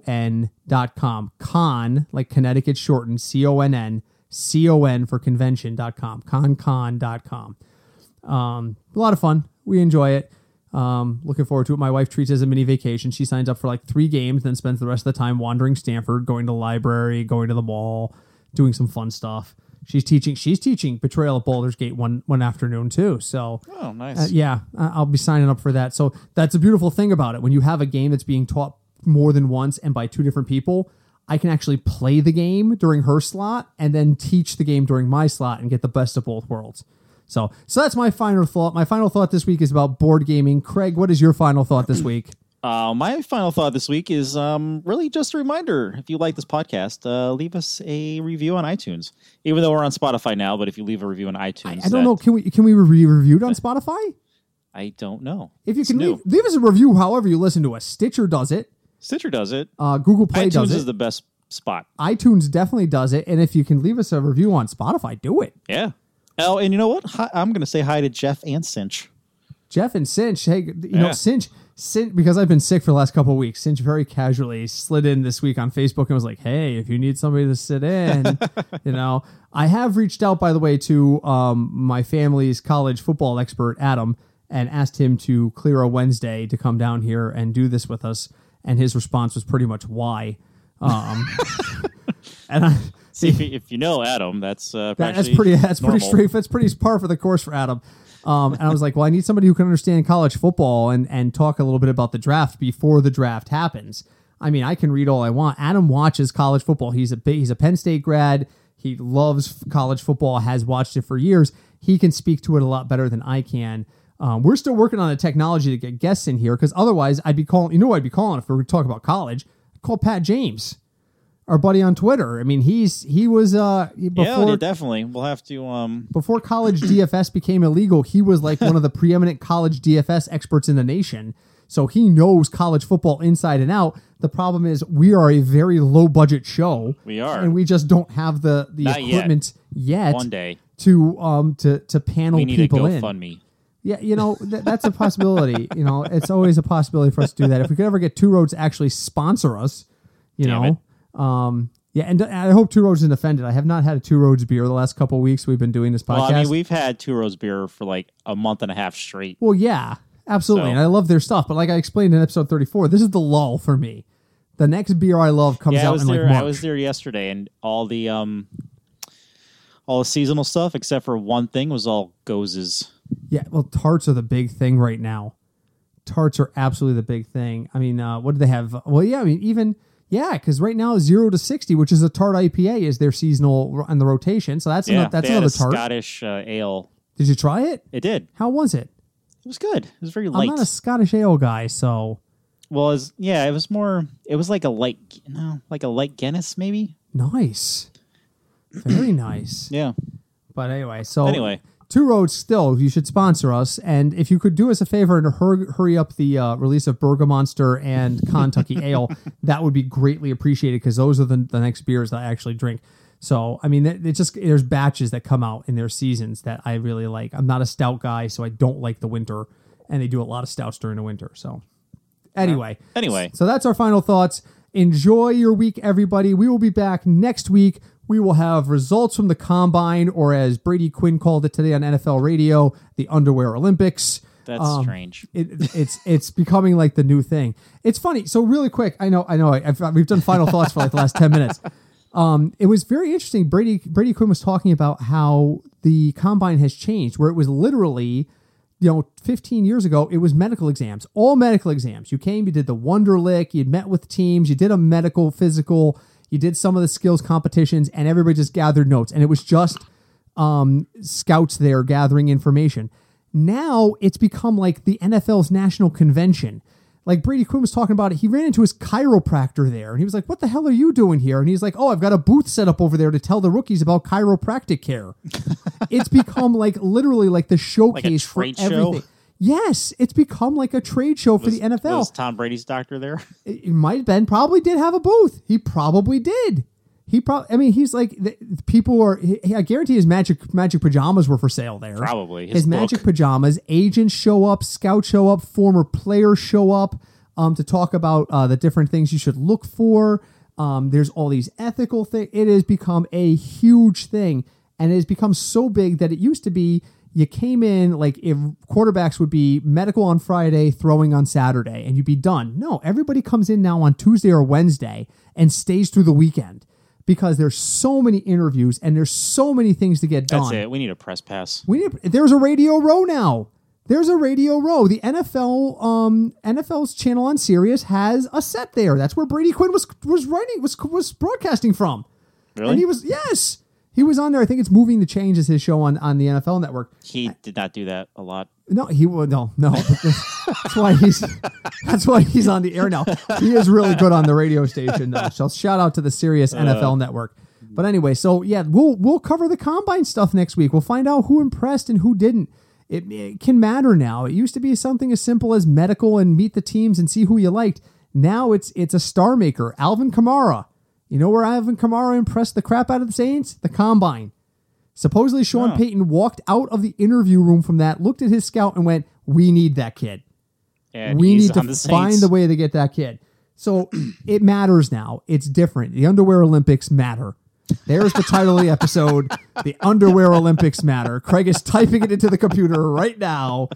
[SPEAKER 2] www.connncon.com. Con, like Connecticut shortened, C O N N, C O N for convention.com, concon.com. Um, a lot of fun. We enjoy it. Um, looking forward to it. My wife treats it as a mini vacation. She signs up for like three games, then spends the rest of the time wandering Stanford, going to the library, going to the mall, doing some fun stuff. She's teaching. She's teaching Betrayal at Baldur's Gate one one afternoon too. So
[SPEAKER 1] oh, nice.
[SPEAKER 2] uh, yeah, I- I'll be signing up for that. So that's a beautiful thing about it. When you have a game that's being taught more than once and by two different people, I can actually play the game during her slot and then teach the game during my slot and get the best of both worlds. So, so that's my final thought. My final thought this week is about board gaming. Craig, what is your final thought
[SPEAKER 1] *clears throat*
[SPEAKER 2] this week?
[SPEAKER 1] Uh, my final thought this week is um, really just a reminder if you like this podcast, uh, leave us a review on iTunes. Even though we're on Spotify now, but if you leave a review on iTunes,
[SPEAKER 2] I
[SPEAKER 1] that-
[SPEAKER 2] don't know. Can we can we be reviewed on Spotify?
[SPEAKER 1] I don't know.
[SPEAKER 2] If you
[SPEAKER 1] It's
[SPEAKER 2] can
[SPEAKER 1] new.
[SPEAKER 2] leave, leave us a review, however you listen to us. Stitcher does it.
[SPEAKER 1] Stitcher does it.
[SPEAKER 2] Uh, Google Play
[SPEAKER 1] iTunes
[SPEAKER 2] does it.
[SPEAKER 1] is the best spot.
[SPEAKER 2] iTunes definitely does it. And if you can leave us a review on Spotify, do it.
[SPEAKER 1] Yeah. Oh, and you know what? Hi, I'm going to say hi to Jeff and Cinch.
[SPEAKER 2] Jeff and Cinch, hey, you know,
[SPEAKER 1] Yeah.
[SPEAKER 2] Cinch, Cinch, because I've been sick for the last couple of weeks, Cinch very casually slid in this week on Facebook and was like, hey, if you need somebody to sit in, you know, I have reached out, by the way, to um, my family's college football expert, Adam, and asked him to clear a Wednesday to come down here and do this with us. And his response was pretty much why. Um, and I,
[SPEAKER 1] See, if, you- if you know Adam, that's uh,
[SPEAKER 2] that, that's
[SPEAKER 1] actually
[SPEAKER 2] pretty. That's pretty
[SPEAKER 1] normal.
[SPEAKER 2] straight. That's pretty par for the course for Adam. Um, and I was like, well, I need somebody who can understand college football and and talk a little bit about the draft before the draft happens. I mean, I can read all I want. Adam watches college football. He's a big, he's a Penn State grad. He loves f- college football, has watched it for years. He can speak to it a lot better than I can. Um, we're still working on the technology to get guests in here because otherwise, I'd be calling. You know, what I'd be calling if we were talking about college. I'd call Pat James, our buddy on Twitter. I mean, he's he was uh
[SPEAKER 1] yeah,
[SPEAKER 2] before
[SPEAKER 1] yeah, definitely. We'll have to. Um,
[SPEAKER 2] before college *clears throat* DFS became illegal, he was like one of the preeminent college DFS experts in the nation. So he knows college football inside and out. The problem is we are a very low budget show.
[SPEAKER 1] We are.
[SPEAKER 2] and we just don't have the the
[SPEAKER 1] Not yet.
[SPEAKER 2] equipment yet,
[SPEAKER 1] one day
[SPEAKER 2] to um to to panel
[SPEAKER 1] we need a
[SPEAKER 2] people in.
[SPEAKER 1] GoFundMe.
[SPEAKER 2] Yeah, you know th- that's a possibility. you know, it's always a possibility for us to do that. If we could ever get Two Roads to actually sponsor us, you
[SPEAKER 1] Damn
[SPEAKER 2] know, um, yeah, and, and I hope Two Roads isn't offended. I have not had a Two Roads beer the last couple weeks we've been doing this podcast.
[SPEAKER 1] Well, I mean, we've had Two Rose Beer for like a month and a half straight.
[SPEAKER 2] Well, yeah, absolutely.
[SPEAKER 1] So-
[SPEAKER 2] And I love their stuff. But like I explained in episode 34, this is the lull for me. The next beer I love comes
[SPEAKER 1] Yeah, I
[SPEAKER 2] out
[SPEAKER 1] was
[SPEAKER 2] in like
[SPEAKER 1] there.
[SPEAKER 2] March.
[SPEAKER 1] I was there yesterday, and all the um, all the seasonal stuff except for one thing was all Gozes.
[SPEAKER 2] Yeah, well, tarts are the big thing right now. Tarts are absolutely the big thing. I mean, uh, what do they have? Well, yeah, I mean, even yeah, because right now zero to sixty, which is a tart IPA, is their seasonal on the rotation. So that's
[SPEAKER 1] Yeah,
[SPEAKER 2] ano- that's
[SPEAKER 1] they had
[SPEAKER 2] another
[SPEAKER 1] a
[SPEAKER 2] tart.
[SPEAKER 1] Scottish uh, ale.
[SPEAKER 2] Did you try it?
[SPEAKER 1] It did.
[SPEAKER 2] How was it?
[SPEAKER 1] It was good. It was very light.
[SPEAKER 2] I'm not a Scottish ale guy, so
[SPEAKER 1] well, it was, yeah, it was more. It was like a light, no, like a light Guinness, maybe.
[SPEAKER 2] nice, very nice.
[SPEAKER 1] Yeah.
[SPEAKER 2] But anyway, so
[SPEAKER 1] Anyway.
[SPEAKER 2] Two Roads still, you should sponsor us. And if you could do us a favor and hur- hurry up the uh, release of Burger Monster and
[SPEAKER 1] *laughs*
[SPEAKER 2] Kentucky Ale, that would be greatly appreciated because those are the, the next beers that I actually drink. So, I mean, it, it just there's batches that come out in their seasons that I really like. I'm not a stout guy, so I don't like the winter. And they do a lot of stouts during the winter. So, anyway.
[SPEAKER 1] Anyway.
[SPEAKER 2] So that's our final thoughts. Enjoy your week, everybody. We will be back next week. We will have results from the combine, or as Brady Quinn called it today on NFL Radio, the Underwear Olympics. Um,
[SPEAKER 1] That's strange.
[SPEAKER 2] It, it's it's becoming like the new thing. It's funny. So really quick, I know, I know. I've, we've done final thoughts for like the last ten minutes. Um, it was very interesting. Brady Brady Quinn was talking about how the combine has changed, where it was literally, you know, 15 years ago, it was medical exams, all medical exams. You came, you did the wonder lick, you met with teams, you did a medical physical, you did some of the skills competitions, and everybody just gathered notes, and it was just um, scouts there gathering information. Now it's become like the NFL's national convention. Like Brady Quinn was talking about it, he ran into his chiropractor there and he was like, What the hell are you doing here? And he's like, Oh, I've got a booth set up over there to tell the rookies about chiropractic
[SPEAKER 1] *laughs*
[SPEAKER 2] care. it's become like literally like the showcase
[SPEAKER 1] trade
[SPEAKER 2] for
[SPEAKER 1] show?
[SPEAKER 2] everything. Yes, it's become like a trade show for the NFL.
[SPEAKER 1] Was Tom Brady's doctor there?
[SPEAKER 2] It it might have been probably did have a booth. He probably did. He probably. I mean, he's like the, the people are. He, I guarantee his magic magic pajamas were for sale there.
[SPEAKER 1] Probably.
[SPEAKER 2] his,
[SPEAKER 1] His book.
[SPEAKER 2] magic pajamas. Agents show up. Scouts show up. Former players show up. Um, to talk about uh, the different things you should look for. Um, there's all these ethical things. It has become a huge thing, and it has become so big that it used to be you came in like if quarterbacks would be medical on Friday, throwing on Saturday, and you'd be done. No, everybody comes in now on Tuesday or Wednesday and stays through the weekend because there's so many interviews and there's so many things to get done.
[SPEAKER 1] That's it. We need a press pass.
[SPEAKER 2] We need, there's a radio row now. There's a radio row. The NFL um NFL's channel on Sirius has a set there. That's where Brady Quinn was was writing was was broadcasting from. And
[SPEAKER 1] Really?
[SPEAKER 2] he was yes. He was on there. I think it's moving to change is his show on on the NFL network.
[SPEAKER 1] He did not do that a lot.
[SPEAKER 2] No, he would no, no. *laughs* that's why he's that's why he's on the air now. He is really good on the radio station though. So shout out to the Sirius NFL network. But anyway, so yeah, we'll we'll cover the combine stuff next week. We'll find out who impressed and who didn't. It, it can matter now. It used to be something as simple as medical and meet the teams and see who you liked. Now it's it's a star maker. Alvin Kamara. You know where Alvin Kamara impressed the crap out of the Saints? The combine. Supposedly, Sean Payton walked out of the interview room from that, looked at his scout, and went, "We need that kid.
[SPEAKER 1] And
[SPEAKER 2] we
[SPEAKER 1] he's
[SPEAKER 2] need to
[SPEAKER 1] on the Saints.
[SPEAKER 2] find the way to get that kid." So *clears throat* it matters now. It's different. The underwear Olympics matter. There's the title of
[SPEAKER 1] *laughs*
[SPEAKER 2] the episode. The underwear Olympics matter. Craig is typing it into the computer right now.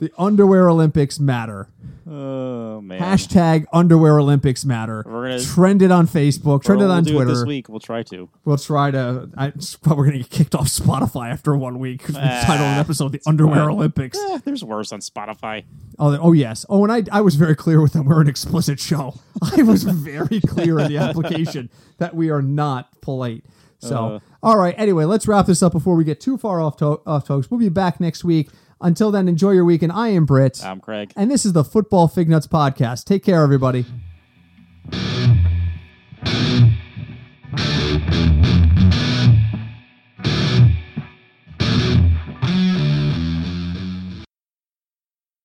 [SPEAKER 2] The underwear Olympics matter.
[SPEAKER 1] Oh man.
[SPEAKER 2] Hashtag underwear Olympics matter.
[SPEAKER 1] We're gonna-
[SPEAKER 2] Trend it on Facebook. Trend
[SPEAKER 1] We'll
[SPEAKER 2] it on
[SPEAKER 1] do
[SPEAKER 2] Twitter.
[SPEAKER 1] this week. We'll try to.
[SPEAKER 2] We'll try to. I, it's probably going to get kicked off Spotify after one week. *laughs* 'cause we titled an episode "The Underwear Olympics."
[SPEAKER 1] Eh, there's worse on Spotify.
[SPEAKER 2] Oh, the- oh yes. Oh, and I, I was very clear with them. We're an *laughs* explicit show. I was very clear in the application that we are not polite. So,
[SPEAKER 1] Uh.
[SPEAKER 2] all right. Anyway, let's wrap this up before we get too far off, to- off folks. We'll be back next week. Until then, enjoy your week. And I am Britt.
[SPEAKER 1] I'm um, Craig.
[SPEAKER 2] and this is the Football Fig Nuts Podcast. Take care, everybody.